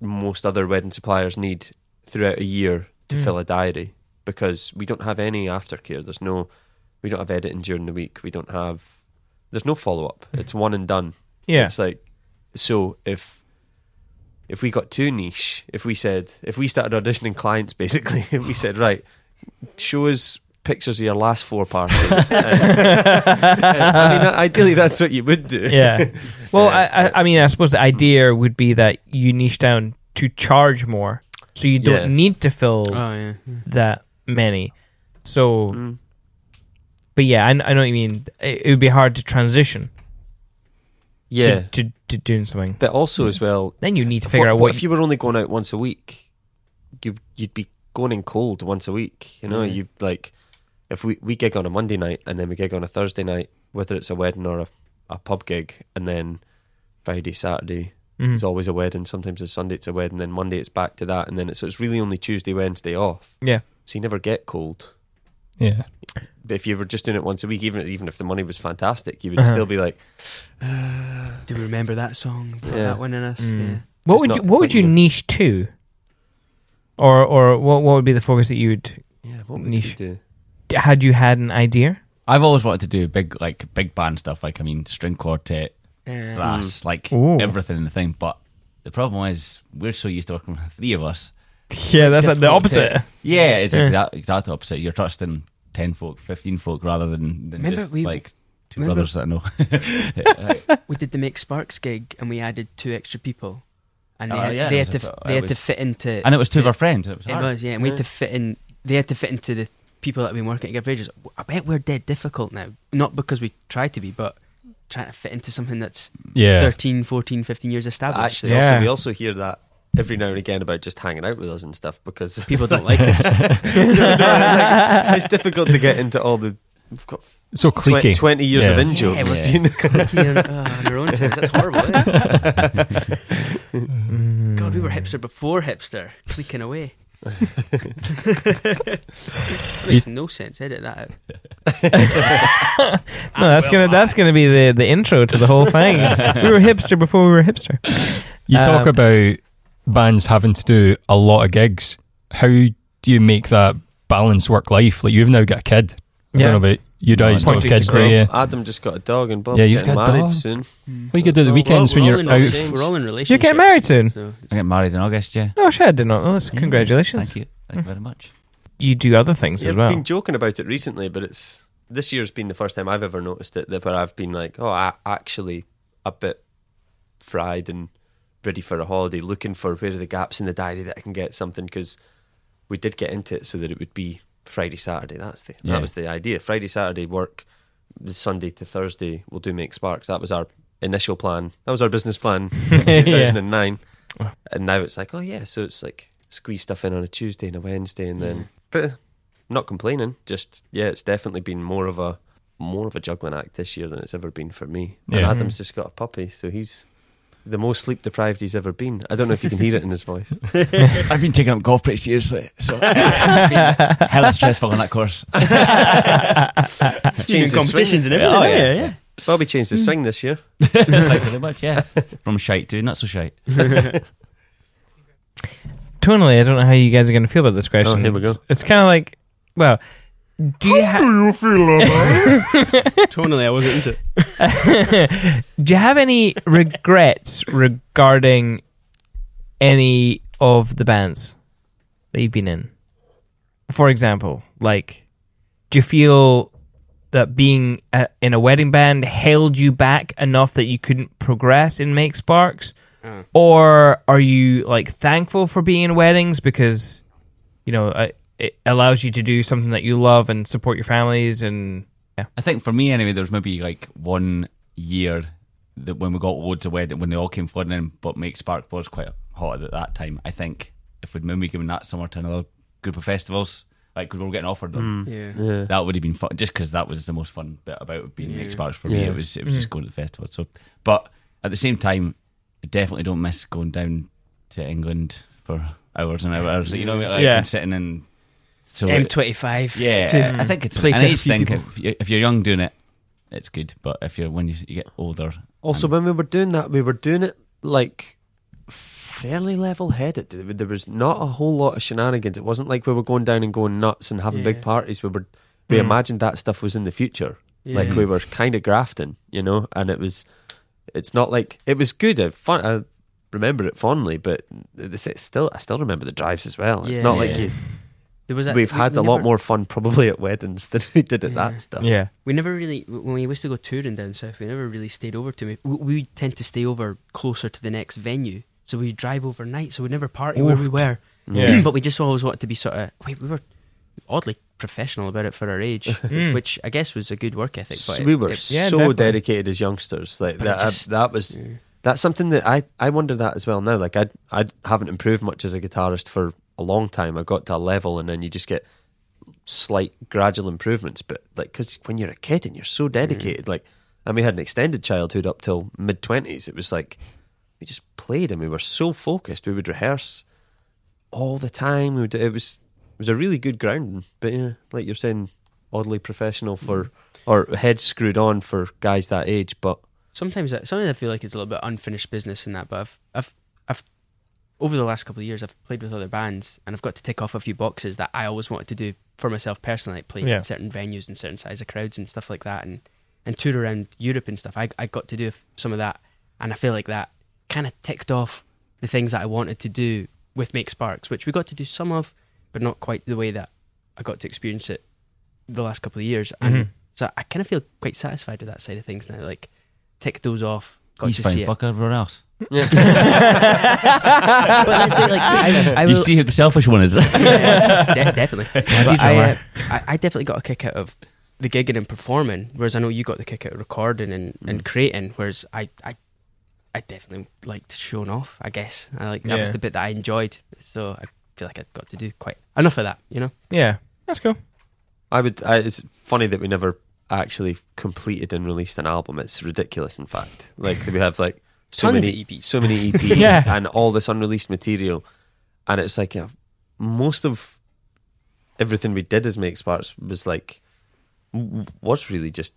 most other wedding suppliers need throughout a year to fill a diary because we don't have any aftercare. There's no we don't have editing during the week. We don't have there's no follow up. It's one and done. Yeah, It's like So if if we got too niche, if we said if we started auditioning clients basically, if we said right, show us pictures of your last four parties. I mean, ideally that's what you would do. yeah. Well, I, I, I mean, I suppose the idea would be that you niche down to charge more, so you don't Yeah. need to fill Oh yeah. that many. So, Mm. but yeah, I, I know what you mean. It, it would be hard to transition to- Yeah. to, to, doing something. But also as well, Then you need to figure out what, if you were only going out once a week, you you'd be going in cold once a week. You know, you like if we we gig on a Monday night and then we gig on a Thursday night, whether it's a wedding or a, a pub gig, and then Friday Saturday Mhm. is always a wedding. Sometimes it's Sunday, it's a wedding. Then Monday it's back to that, and then it's, so it's really only Tuesday Wednesday off. Yeah. so you never get cold. Yeah. But if you were just doing it once a week, even even if the money was fantastic, you would Uh-huh. still be like, Do we remember that song? Put Yeah. that one in us. Mm. Hmm. Yeah. what just would not you, what would you quite you. niche to, or or what what would be the focus that you would yeah, what would you Niche. do? had you had an idea? I've always wanted to do big like big band stuff. Like I mean, string quartet, brass, like Ooh. everything in the thing. But the problem is, we're so used to working with three of us. Yeah, that's like the Difficult opposite. to- Yeah, it's Yeah. exact exact opposite. You're trusting ten folk, fifteen folk, rather than, than Remember just we- like two remember- brothers that I know. Um, We did the Make Sparks gig and we added two extra people, and they, Oh, had, yeah, they it had was to a- f- it they had to was- fit into. and it was two of our friends. and It was It hard. was yeah, and we had to fit in. They had to fit into the people that have been working together for ages. I bet we're dead difficult now, not because we try to be, but trying to fit into something that's Yeah. 13, 14, 15 years established. Actually, Yeah. also, we also hear that every now and again about just hanging out with us and stuff because People don't like us. No, no, like, it's difficult to get into all the we've got So twen- cliquey. twenty years of Yeah. in Yeah, jokes. we're- you know? Here, uh, on our own terms, that's horrible. eh? Isn't it? Mm. God, we were hipster before hipster, cliquing away. makes no sense. Edit that out. No, that's gonna that's gonna be the the intro to the whole thing. we were hipster before we were hipster. You talk Um, about bands having to do a lot of gigs. How do you make that balance work life? Like you've now got a kid. I Yeah. don't know about you guys don't have Pointing to kids, do grow. you? Adam just got a dog and Bob's Yeah, you've getting got a married dog. soon. What you could do the Well, weekends well, when we're you're all in out? James. We're all in You're relationships. getting married soon. So I get married in August. Yeah. Oh shit, I did not know this. Yeah. Congratulations. Thank you. Thank you very much. You do other things Yeah, as I've well. been joking about it recently, but it's this year's been the first time I've ever noticed it that where I've been like, oh, I actually a bit fried and ready for a holiday, looking for where are the gaps in the diary that I can get something because we did get into it so that it would be Friday Saturday. That's the Yeah. that was the idea. Friday Saturday work, the Sunday to Thursday we'll do make sparks. That was our initial plan. That was our business plan in Yeah. 2009. And now it's like, oh yeah, so it's like squeeze stuff in on a Tuesday and a Wednesday and then but not complaining. Just yeah, it's definitely been more of a more of a juggling act this year than it's ever been for me. And Yeah. Adam's just got a puppy, so he's the most sleep deprived he's ever been. I don't know if you can hear it in his voice. I've been taking up golf pretty seriously, so it's been hella stressful on that course. Changed his swing. competitions and everything. Oh, eh? yeah. Bobby changed his swing this year. Thank you very much. Yeah, from shite to not so shite. Tonally, I don't know how you guys are gonna feel about this question. here we go. It's, it's kinda like well do you ha- Tonally, I wasn't into it. do you have any regrets regarding any of the bands that you've been in? For example, like, do you feel that being a, in a wedding band held you back enough that you couldn't progress in Make Sparks? Or are you like thankful for being in weddings because, you know, I- it allows you to do something that you love and support your families and I think for me anyway, there was maybe like one year that when we got loads of wedding when they all came flooding in, but Make Spark was quite hot at that time. I think if we'd maybe given that summer to another group of festivals, like 'cause we were getting offered them, Yeah. Hmm. that would have been fun. Just because that was the most fun bit about being Make Sparks for me. It was it was just going to the festival. So, but at the same time, I definitely don't miss going down to England for hours and hours. You know, what I mean? like Yeah. and sitting in. So it- M25. yeah, To I think it's play an to a age few thing. people. If you're, if you're young doing it, it's good. But if you're when you, you get older, Also, when we were doing that, we were doing it like fairly level-headed. There there was not a whole lot of shenanigans. It wasn't like we were going down and going nuts and having big parties. We were Mm. we imagined that stuff was in the future. Like we were kind of grafting, you know, and it was It's not like it was good. I, fun, I remember it fondly, but it's it's still I still remember the drives as well. It's Yeah. not like Yeah. you, There was we've had a lot lot more. more fun probably at weddings than we did at Yeah. that stuff. Yeah. We never really, when we used to go touring down south, we never really stayed over to me. We, we tend to stay over closer to the next venue. So we drive overnight. So we never party where we Oofed. were. Yeah. but we just always wanted to be sort of, wait, we were oddly professional about it for our age, Mm. which I guess was a good work ethic. But So it- we were it- yeah, so definitely. dedicated as youngsters. Like But it that, I- just- that was yeah. that's something that I, I wonder that as well now. Like I I haven't improved much as a guitarist for a long time. I got to a level and then you just get slight gradual improvements. But like because when you're a kid and you're so dedicated, like and we had an extended childhood up till mid twenties. It was like we just played and we were so focused. We would rehearse all the time. We would, it was it was a really good grounding. But yeah, like you're saying, oddly professional for or heads screwed on for guys that age. But sometimes, I, sometimes I feel like it's a little bit unfinished business in that. But I've, I've, I've, over the last couple of years, I've played with other bands and I've got to tick off a few boxes that I always wanted to do for myself personally, like play Yeah. in certain venues and certain size of crowds and stuff like that, and and tour around Europe and stuff. I I got to do f- some of that, and I feel like that kind of ticked off the things that I wanted to do with Make Sparks, which we got to do some of, but not quite the way that I got to experience it the last couple of years. And Mhm. so I kind of feel quite satisfied with that side of things now. Like tick those off. Got He's to fine. see it. Fuck everyone else. But that's it, like, I, I you will- see who the selfish one is. Yeah, de- definitely. you, But I, drummer. uh, I, I definitely got a kick out of the gigging and performing, whereas I know you got the kick out of recording and, Mm. and creating, whereas I, I I definitely liked showing off, I guess. I like that was Yeah. the bit that I enjoyed. So I feel like I got to do quite enough of that, you know? Yeah. That's cool. I would. I, it's funny that we never actually completed and released an album. It's ridiculous, in fact. Like we have like so Tons many E of EPs. so many EPs, Yeah. and all this unreleased material. And it's like yeah, most of everything we did as makes parts was like w- was really just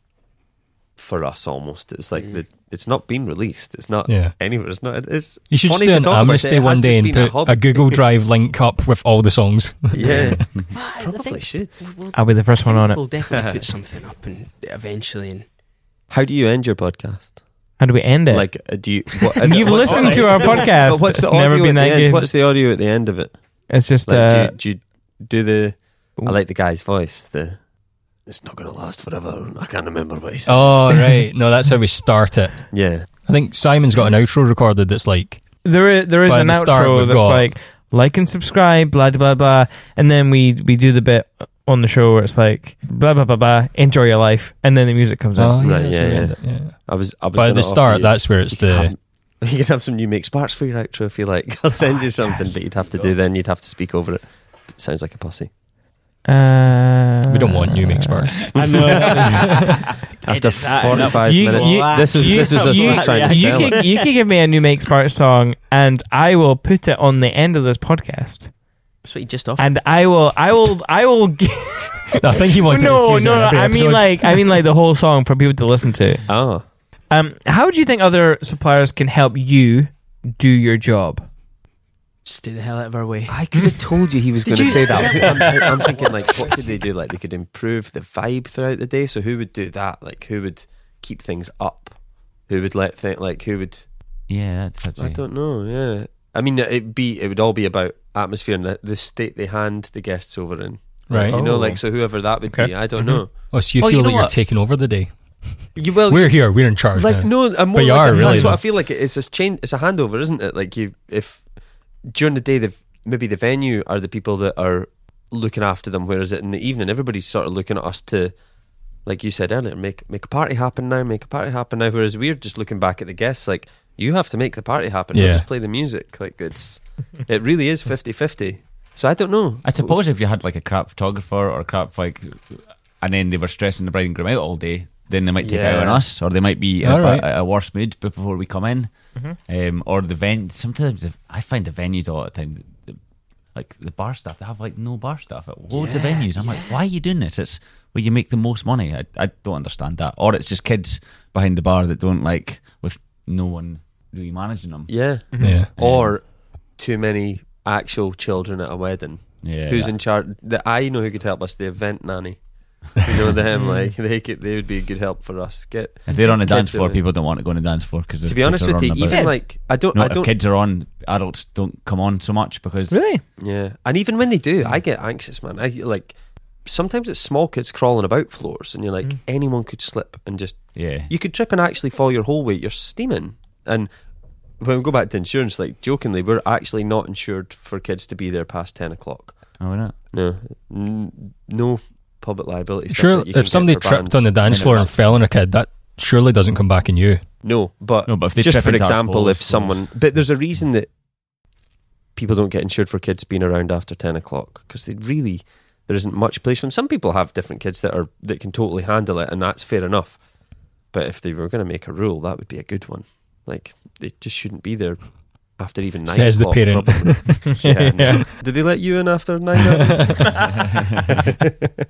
for us almost. It's like the, it's not been released. It's not Mm. Yeah. anywhere. It's not. It's You should funny just do to an talk about it. It amnesty has one day just and been a put a, hobby. Google Drive link up with all the songs. Yeah, I probably should. I'll be the first one on it. We'll definitely put something up and eventually and How do you end your podcast? How do we end it? Like, uh, do you? What, And you've what's- listened to our podcast. But what's the it's audio never been at the that end? good. What's the audio at the end of it? It's just Like, uh, do, you, do you do the? I Ooh. like the guy's voice. The it's not going to last forever. I can't remember what he said. oh, right. No, that's how we start it. Yeah, I think Simon's got an outro recorded that's like, there is, there is By an the start, outro we've that's got- like like and subscribe, blah blah blah, and then we we do the bit on the show where it's like blah blah blah blah, enjoy your life, and then the music comes oh, in. yeah, Right, that's yeah, how we yeah. end it, yeah. I was. I But was gonna at the offer start, you- that's where it's you can the. have- You can have some new mix parts for your outro if you like. I'll send Ah, you something, but you'd have to do then. You'd have to speak over it. Sounds like a pussy. Uh-huh. Uh, We don't want new mix bars. I know. After forty-five You- minutes, you- this was you- this was us you- just trying to you sell it. could, you could give me a new Make Spark song, and I will put it on the end of this podcast, that's what you just offered. and I will, I will, I will. G- I think he no, wants us to no, use it in no. every I mean episode. like, I mean like the whole song for people to listen to. Oh, Um, how do you think other suppliers can help you do your job? Stay the hell out of our way. I could have told you he was going to say that. I'm, I'm thinking, like, what could they do? Like, they could improve the vibe throughout the day. So, who would do that? Like, who would keep things up? Who would let things, like, who would. yeah, that's, that's I don't know, yeah. I mean, it'd be, it would all be about atmosphere and the, the state they hand the guests over in. Right. You know, Oh. like, so whoever that would Okay. be, I don't Mhm. know. Oh, so you Oh, you feel know that you're what? taking over the day. You, well, We're here. We're in charge. like now. no, I'm more But you like are a- really, That's what I though. feel like. It's a chain. It's a handover, isn't it? Like you, if during the day, the maybe the venue are the people that are looking after them, whereas in the evening, everybody's sort of looking at us to, like you said earlier, make make a party happen now, make a party happen now. Whereas we're just looking back at the guests, like you have to make the party happen. Yeah. Yeah. just play the music. Like it's, it really is 50-50. So I don't know. I suppose if you had like a crap photographer or a crap like, and then they were stressing the bride and groom out all day, then they might take it out on Yeah. us, or they might be in a, All right. ba- a worse mood b- before we come in, Mm-hmm. um, or the venue. Sometimes the, I find the venues all the time, the, like the bar staff, they have like no bar staff at loads of venues. I'm like, why are you doing this? It's where you make the most money. I, I don't understand that, or it's just kids behind the bar that don't like with no one really managing them. Yeah, Mm-hmm. Yeah. or too many actual children at a wedding. Yeah, Who's that- in charge? The, I know who could help us. The event nanny. You know, them like they could, they would be a good help for us. Get If they're on a kids dance floor, in it. people don't want to go on a dance floor because to be honest with you, even like I don't, no, I don't, if kids are on, adults don't come on so much because Really? yeah. And even when they do, I get anxious, man. I like sometimes it's small kids crawling about floors, and you're Mm. like, anyone could slip and just yeah, you could trip and actually fall your whole weight. You're steaming. And when we go back to insurance, like jokingly, we're actually not insured for kids to be there past ten o'clock. oh, we're not. No, N- no public liability. stuff Sure, that you can if get somebody for tripped bans. on the dance floor and Minutes. fell on a kid, that surely doesn't come back in you. no, but No, but if they just trip for into our example, poles, if someone, but there's a reason that people don't get insured for kids being around after ten o'clock because they really there isn't much place for them. Some people have different kids that are that can totally handle it, and that's fair enough. But if they were going to make a rule, that would be a good one. Like they just shouldn't be there after even nine. Says the parent. o'clock, probably. yeah. Did they let you in after nine? but,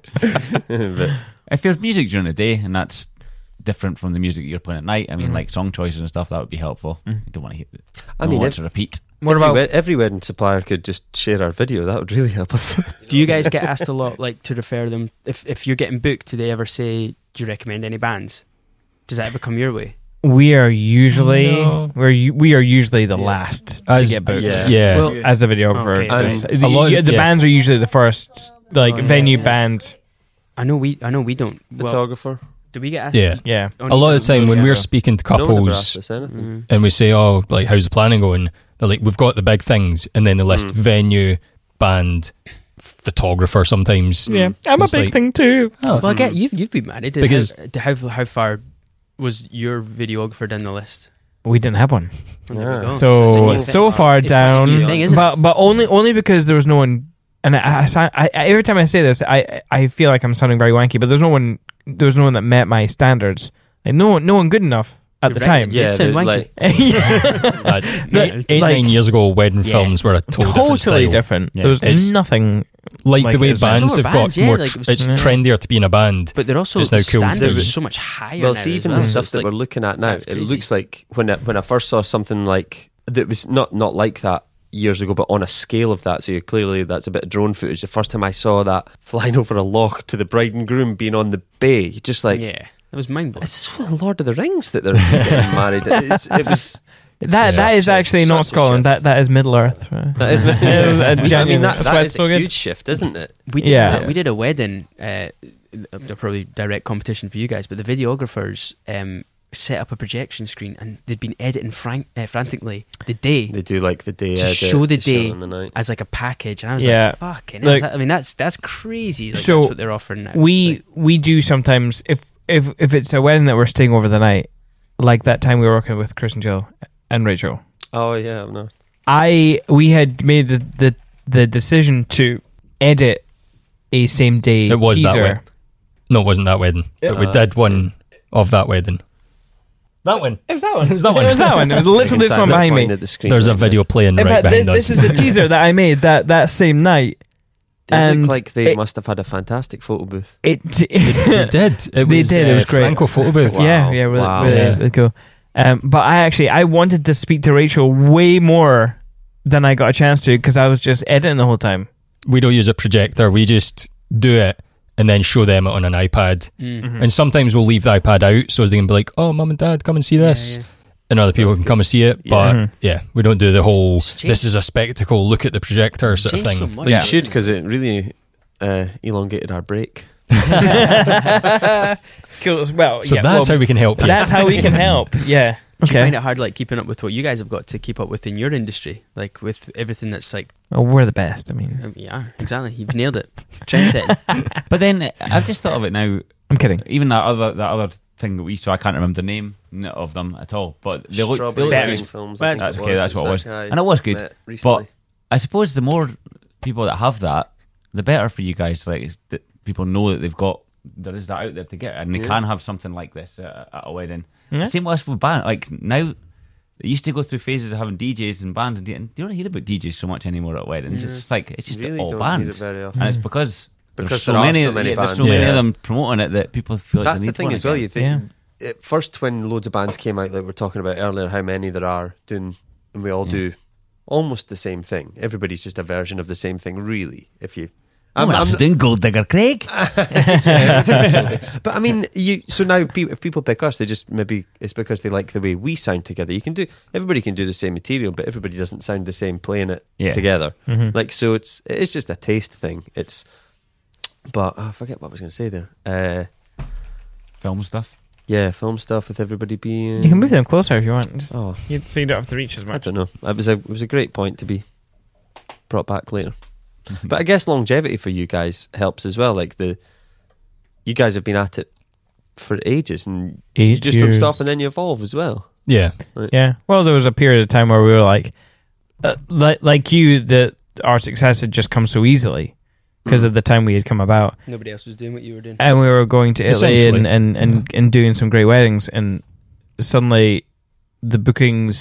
If there's music during the day and that's different from the music you're playing at night, I mean, like song choices and stuff, that would be helpful. You don't want to hear. I mean, want if- to repeat. What every, about wed- every wedding supplier could just share our video. That would really help us. Do you guys get asked a lot, like to refer them? If if you're getting booked, do they ever say, "Do you recommend any bands?" Does that ever come your way? we are usually No. we're u- we are usually the last As- to get booked. yeah. Yeah. Well, As the videographer, Okay. And just- a lot of- yeah, the yeah. bands are usually the first, like Oh, yeah, venue yeah. band. I know we, I know we don't. Well, Photographer. do we get asked? yeah. Yeah, on A lot of emails? time when Yeah. we're speaking to No one ever asked couples us anything. Mm. and we say, "Oh, like how's the planning going?" They're like, "We've got the big things," and then they list Mm. venue, band, photographer. Sometimes, yeah, I'm a It's big like- thing too. Well, I get you've you've been married. and Because- how, how how far was your videographer down the list? We didn't have one, There we Yeah. go. so It's a new so thing. far It's quite a down. new thing, isn't but it? but only only because there was no one. And I, I, sa- I, I- every time I say this, I I feel like I'm sounding very wanky. But there's no one. There was no one that met my standards. Like no one, no one good enough at You're the right. time. Yeah, Yeah, so the- wanky. like Uh, eight, eight, like- nine years ago, wedding Yeah. films were a total different style. totally different. Yeah. There was It's- nothing. Like, Like, the way it's- bands Some have are got bands, yeah, more. like, tr- it was- it's yeah. trendier to be in a band. But they're also It's now cool to standards do it. are so much higher. Well, now see, as even well. the So stuff it's that like- we're looking at now, that's it crazy. looks like when I, when I first saw something like that was not not like that years ago, but on a scale of that. So you're clearly that's a bit of drone footage. The first time I saw that flying over a loch to the bride and groom being on the bay, you're just like. yeah, that was mind blowing. It's sort of Lord of the Rings that they're getting married. It's, it was That Yeah. that is Such a- actually not such a Scotland. That shift. that is Middle Earth. that is. I mean, that, That's why that it's is so a good. huge shift, isn't it? We did, Yeah. yeah. we did a wedding. Uh, a- probably direct competition for you guys, but the videographers um, set up a projection screen and they'd been editing frank, uh, frantically the day They do like the day To edit, show the day. on the night. as like a package, and I was Yeah. like, "Fucking!" hell, is Like- that- I mean, that's that's crazy. Like, So, that's what they're offering now. We Like, we do sometimes if if if it's a wedding that we're staying over the night, like that time we were working with Chris and Jill and Rachel. Oh yeah, I'm not. I we had made the the, the decision to edit a same day It was that teaser. way. No, it wasn't that wedding. But we Uh, did one of that wedding. That one. It was that one. It was that one. it was that one. It was You can literally this stand one up behind me. pointing at the screen There's a right now. video playing In right fact, thi- behind this us. is the teaser that I made that that same night. They and look like they it- must have had a fantastic photo booth. It we did. It They was, did, it uh, was great. Franco photo booth. Yeah, Wow. yeah, really, Wow. really, Yeah. really cool. Um, but I actually I wanted to speak to Rachel way more than I got a chance to because I was just editing the whole time. We don't use a projector. We just do it and then show them it on an iPad. mm. Mm. And sometimes we'll leave the iPad out so they can be like, "Oh, mum and dad, come and see this," yeah, yeah. and other people can come and see it. But Mhm. yeah, we don't do the whole it's changed- "this is a spectacle, look at the projector" sort of Changed thing. so much, Well, Yeah. You should because it really uh, elongated our break. cool. Well, so yeah, that's well, how we can help. you. that's how we can help. Yeah. Do you find Okay. it hard, like keeping up with what you guys have got to keep up with in your industry, like with everything that's like, Oh, we're the best. I mean, um, yeah, exactly. You've nailed it. Trendsetting. But then I've just thought of it now. I'm kidding. Even that other that other thing that we saw, I can't remember the name of them at all. But they look, they Strawberry look Green good. films. That's I think okay, that's what it was. It's that guy And it was good, met recently. I suppose the more people that have that, the better for you guys. Like is that people know that they've got there is that out there to get, and they Yeah. can have something like this uh, at a wedding. Yeah. Same with us with band. Like now, they used to go through phases of having DJs and bands, and, d- and you don't hear about DJs so much anymore at weddings. It's just like it's just Really all don't hear it bands, very often. and it's because. there's Because so there are many, so many yeah, there's so bands. many Yeah. of them promoting it that people feel like That's they the need thing one as well. again. You think at first when loads of bands came out, like we were talking about earlier, how many there are doing, and we all Yeah. do almost the same thing. Everybody's just a version of the same thing, really. If you I'm, I'm- doing Gold Digger Craig. But I mean, you. So now, pe- if people pick us, they just maybe it's because they like the way we sound together. You can do everybody can do the same material, but everybody doesn't sound the same playing it Yeah. together. Mm-hmm. Like so, it's it's just a taste thing. It's, but oh, I forget what I was going to say there. Uh, Film stuff. yeah, film stuff with everybody being. You can move them closer if you want. Just, Oh, you, so you don't have to reach as I much. don't know. It was a it was a great point to be brought back later. But I guess longevity for you guys helps as well. Like the, you guys have been at it for ages, and you Eight just years. don't stop, and then you evolve as well. Yeah. Yeah. Well, there was a period of time where we were like, uh, like, like you, that our success had just come so easily because Mm-hmm. of the time we had come about, Nobody else was doing what you were doing. and we were going to Italy and and and, and doing some great weddings, and suddenly the bookings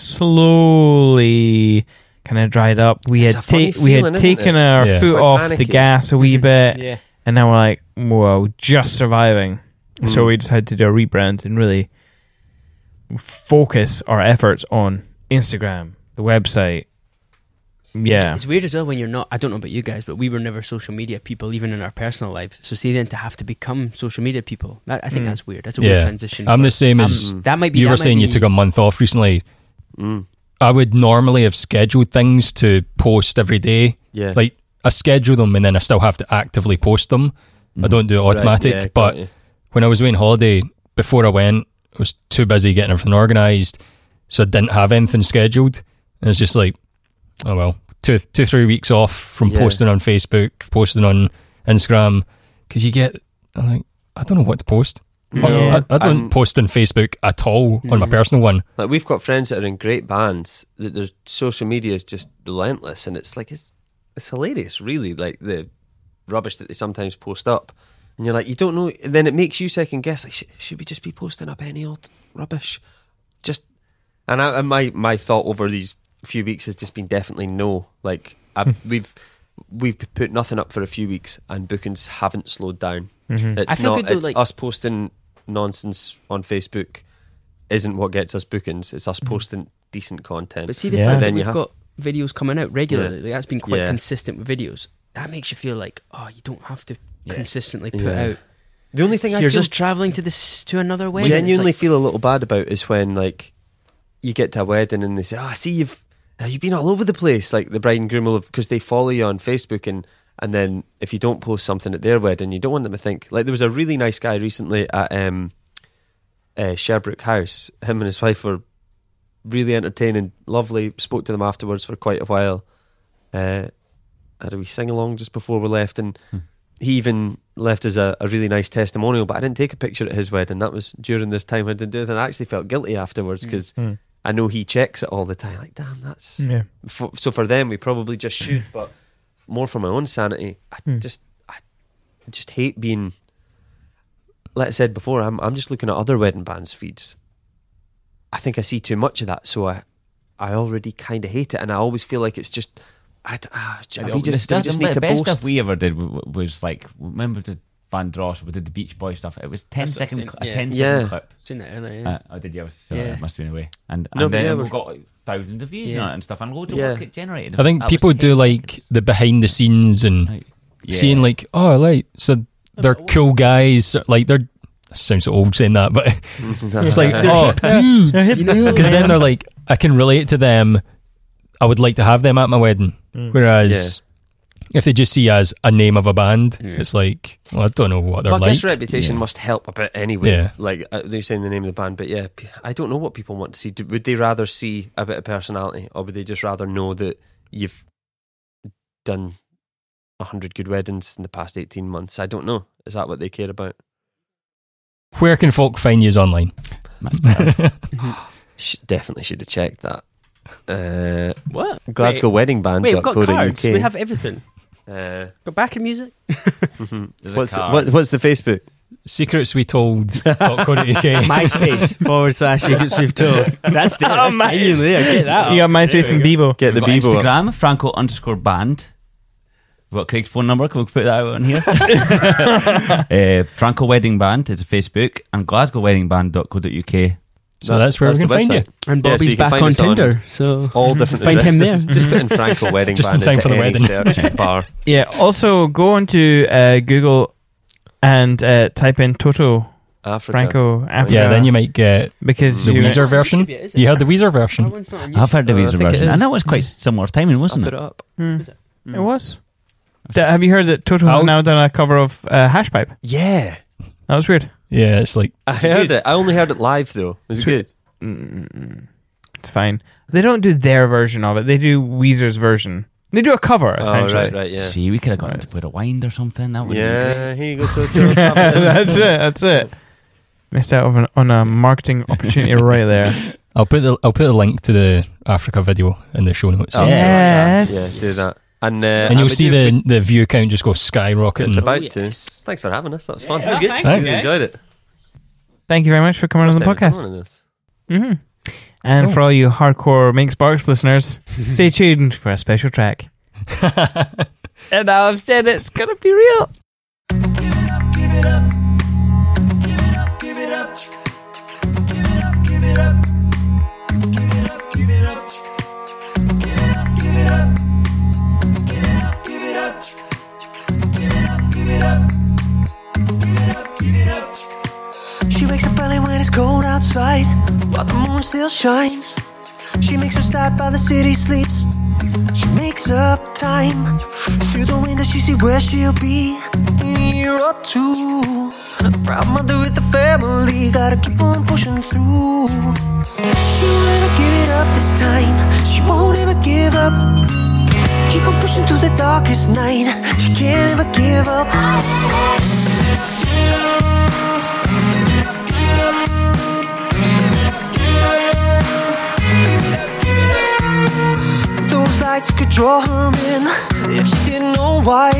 slowly kind of dried up. We It's had a funny ta- we had feeling, isn't taken it? our Yeah. foot Quite off the panicky. gas a wee bit, Yeah. and now we're like, whoa, just surviving. Mm. So we decided to do a rebrand and really focus our efforts on Instagram, the website. Yeah. It's weird as well when you're not. I don't know about you guys, but we were never social media people, even in our personal lives. So, see, then to have to become social media people, that, I think Mm. that's weird. That's a weird Yeah. transition. I'm but the same I'm- as Um, that might be. you that were might saying you be- took a month off recently. Mm, I would normally have scheduled things to post every day. Yeah. Like I schedule them and then I still have to actively post them. I don't do it Mm-hmm. Right, automatic. yeah, but got you. when I was away on holiday, before I went, I was too busy getting everything organised. So I didn't have anything scheduled. And it's just like, oh well, two, two three weeks off from Yeah. posting on Facebook, posting on Instagram. Because you get, I'm like, I don't know what to post. Yeah. Oh, I, I don't I'm- Mm-hmm. post on Facebook at all on my personal one. Like we've got friends that are in great bands that their social media is just relentless, and it's like it's it's hilarious, really. Like the rubbish that they sometimes post up, and you're like, you don't know. And then it makes you second guess. Like, sh- should we just be posting up any old rubbish? Just and, I, and my my thought over these few weeks has just been definitely no. Like I, we've we've put nothing up for a few weeks, and bookings haven't slowed down. I Mm. Mm-hmm. It's feel not. good though, it's like- us posting nonsense on Facebook isn't what gets us bookings. It's us posting decent content. But see, the Yeah. fact Then that we've you have- got videos coming out regularly, like, that's been quite Yeah. consistent with videos. That makes you feel like, oh, you don't have to Yeah. consistently put Yeah. out. the only thing You're I feel just traveling to this to another wedding. It's genuinely like- feel a little bad about is when like you get to a wedding and they say, "Oh, I see you've uh, you've been all over the place." Like the bride and groom will have because they follow you on Facebook and. And then if you don't post something at their wedding, you don't want them to think like there was a really nice guy recently at um, uh, Sherbrooke House. Him and his wife were really entertaining, lovely. Spoke to them afterwards for quite a while. Uh, had a wee sing along just before we left, and he even left us a, a really nice testimonial. But I didn't take a picture at his wedding. That was during this time I didn't do it, and I actually felt guilty afterwards because Mm. I know he checks it all the time. Like, damn, that's Yeah. for, so for them we probably just should. But more for my own sanity, I Hmm. just I just hate being. Like I said before, I'm I'm just looking at other wedding bands feeds. I think I see too much of that, so I I already kind of hate it, and I always feel like it's just. I, d- ah, j- we just, we just need the to best boast. stuff we ever did w- w- was like remember the Van Dross we did the Beach Boy stuff. It was 10 That's what I'm second saying, cl- a yeah. 10 second Yeah. clip. Seen that earlier. yeah. Uh, I did yeah, I was, so Yeah. it must have been away. And, and No, but then yeah, we we're- got thousands of views Yeah. on it and stuff, and loads of Yeah. work it generated. I think That was people 10 do like seconds. the behind the scenes and Like, yeah. seeing like, oh, like so they're cool guys. Like they're sounds so old saying that, but it's like oh, You know, because then they're like, I can relate to them. I would like to have them at my wedding. Mm. Whereas if they just see as a name of a band, it's like, well, I don't know what they're But like. this reputation Yeah. must help a bit anyway. Yeah. Like uh, they're saying the name of the band, but yeah, p- I don't know what people want to see. Do, would they rather see a bit of personality, or would they just rather know that you've done hundred good weddings in the past eighteen months? I don't know. Is that what they care about? Where can folk find yous online? Sh- definitely should have checked that. Uh, what? Glasgow Wedding Band. Wait, we've got cards. UK. We have everything. Uh, Got backing music. There's a what's card. what, what's the Facebook? Secrets we told. MySpace. MySpace forward slash secrets we've told. That's the Oh, that's my- genuinely there. Get that. You up. got MySpace and Bebo. Get the We've got Bebo. up. Instagram, Franco underscore band. We've got Craig's phone number. Can we put that out on here? uh, Franco Wedding Band. It's a Facebook and GlasgowWeddingBand.co.uk. So that's where we the can find website. And Yeah, so Bobby's you back can find on us on- Tinder, so All different Find him addresses. there. Just put in Franco wedding Just in band time into for the any wedding. search bar. Yeah. Also, go onto uh, Google and uh, type in Toto Africa. Franco uh, Africa. Yeah, then you might get because the you Weezer version. Yeah, is it? You heard the Weezer version. That one's not on I've heard the Uh, I Weezer think it version, is. and that was quite similar timing, I'll wasn't put it it? up. Hmm. Is it? was. D- have you heard that Toto I'll- have now done a cover of uh, Hashpipe? Yeah. That was weird. Yeah, it's like I it heard good? it. I only heard it live though. Was it Sweet. good? Mm, it's fine. They don't do their version of it. They do Weezer's version. They do a cover Oh, essentially. right, right, yeah. See, we could have got into a wind or something. That would Yeah, here you go. Toto. that's it. That's it. Missed out of an, on a marketing opportunity right there. I'll put the I'll put a link to the Africa video in the show notes. Oh, Yes. Yeah, do that. And, uh, And I you'll would see do a big- the, the view count just go skyrocket. It's and- about to. Thanks for having us. That was fun. That was good. you, Really guys. enjoyed it. Thank you very much for coming on the First time podcast. we've done this. hmm And for all you hardcore Mink Sparks listeners, stay tuned for a special track. and now I've said it's gonna be real. She wakes up early when it's cold outside, while the moon still shines. She makes her start by the city sleeps. She makes up time. Through the window, she see where she'll be in a year or two. Proud mother with the family, gotta keep on pushing through. She won't ever give it up this time. She won't ever give up. Keep on pushing through the darkest night. She can't ever give up. Those lights could draw her in if she didn't know why.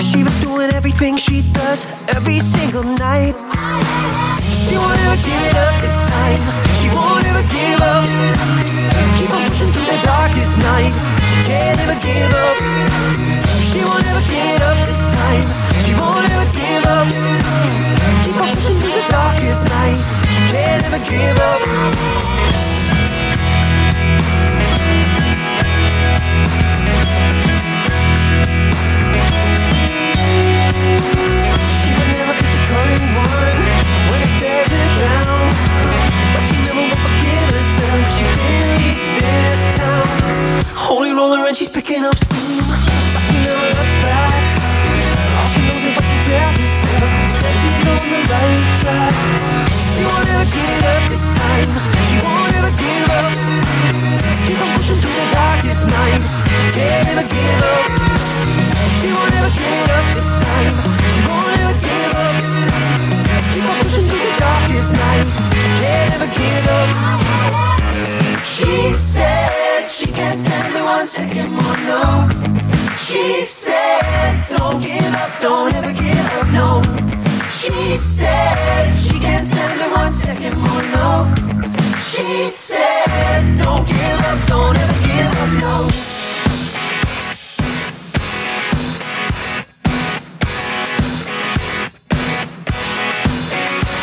She was doing everything she does every single night. She won't ever give it up this time. She won't ever give up. Keep on pushing through the darkest night. She can't ever give up. She won't ever give it up this time. She won't ever give up. Keep on pushing through the darkest night. She can't ever give up. She would never get the current one when it stares her down. But she never will forgive herself. She can't leave this town. Holy roller and she's picking up steam. But she never looks back. All she knows is what she tells herself. Says she's on the right track. She won't ever give up this time. She won't ever give up. Keep on pushing through the darkest night. She can't ever give up. She won't ever get up this time. She won't ever give up. Keep on pushing through the darkest night. She can't ever give up. She said she can't stand the one second more no. She said don't give up, don't ever give up, no. She said she can't stand the one second more no. She said don't give up, don't ever give up, no. give it up,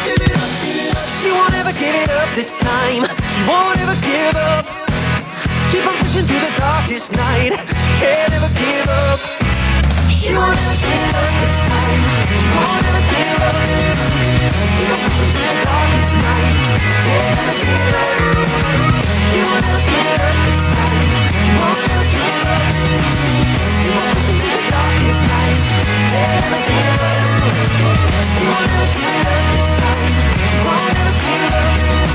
give it up. She won't ever give it up this time. She won't ever give up. Keep on pushing through the darkest night. She can't ever give up. She won't ever give it up this time. She won't ever give up. Keep on pushing through the darkest night. She can't ever give up. She won't ever give it up this time. She won't ever give up. Keep on pushing through the darkest night. She can't ever give up. She won't ever give up this time. She won't ever give up.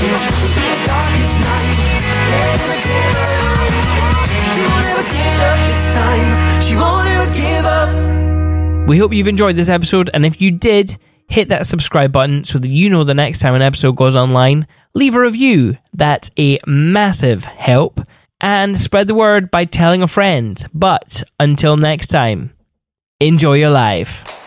Keep on pushing through the darkest night. She can't ever give up. She won't ever give up this time. She won't ever give up. We hope you've enjoyed this episode, and if you did, hit that subscribe button so that you know the next time an episode goes online. Leave a review, that's a massive help, and spread the word by telling a friend. But until next time, enjoy your life.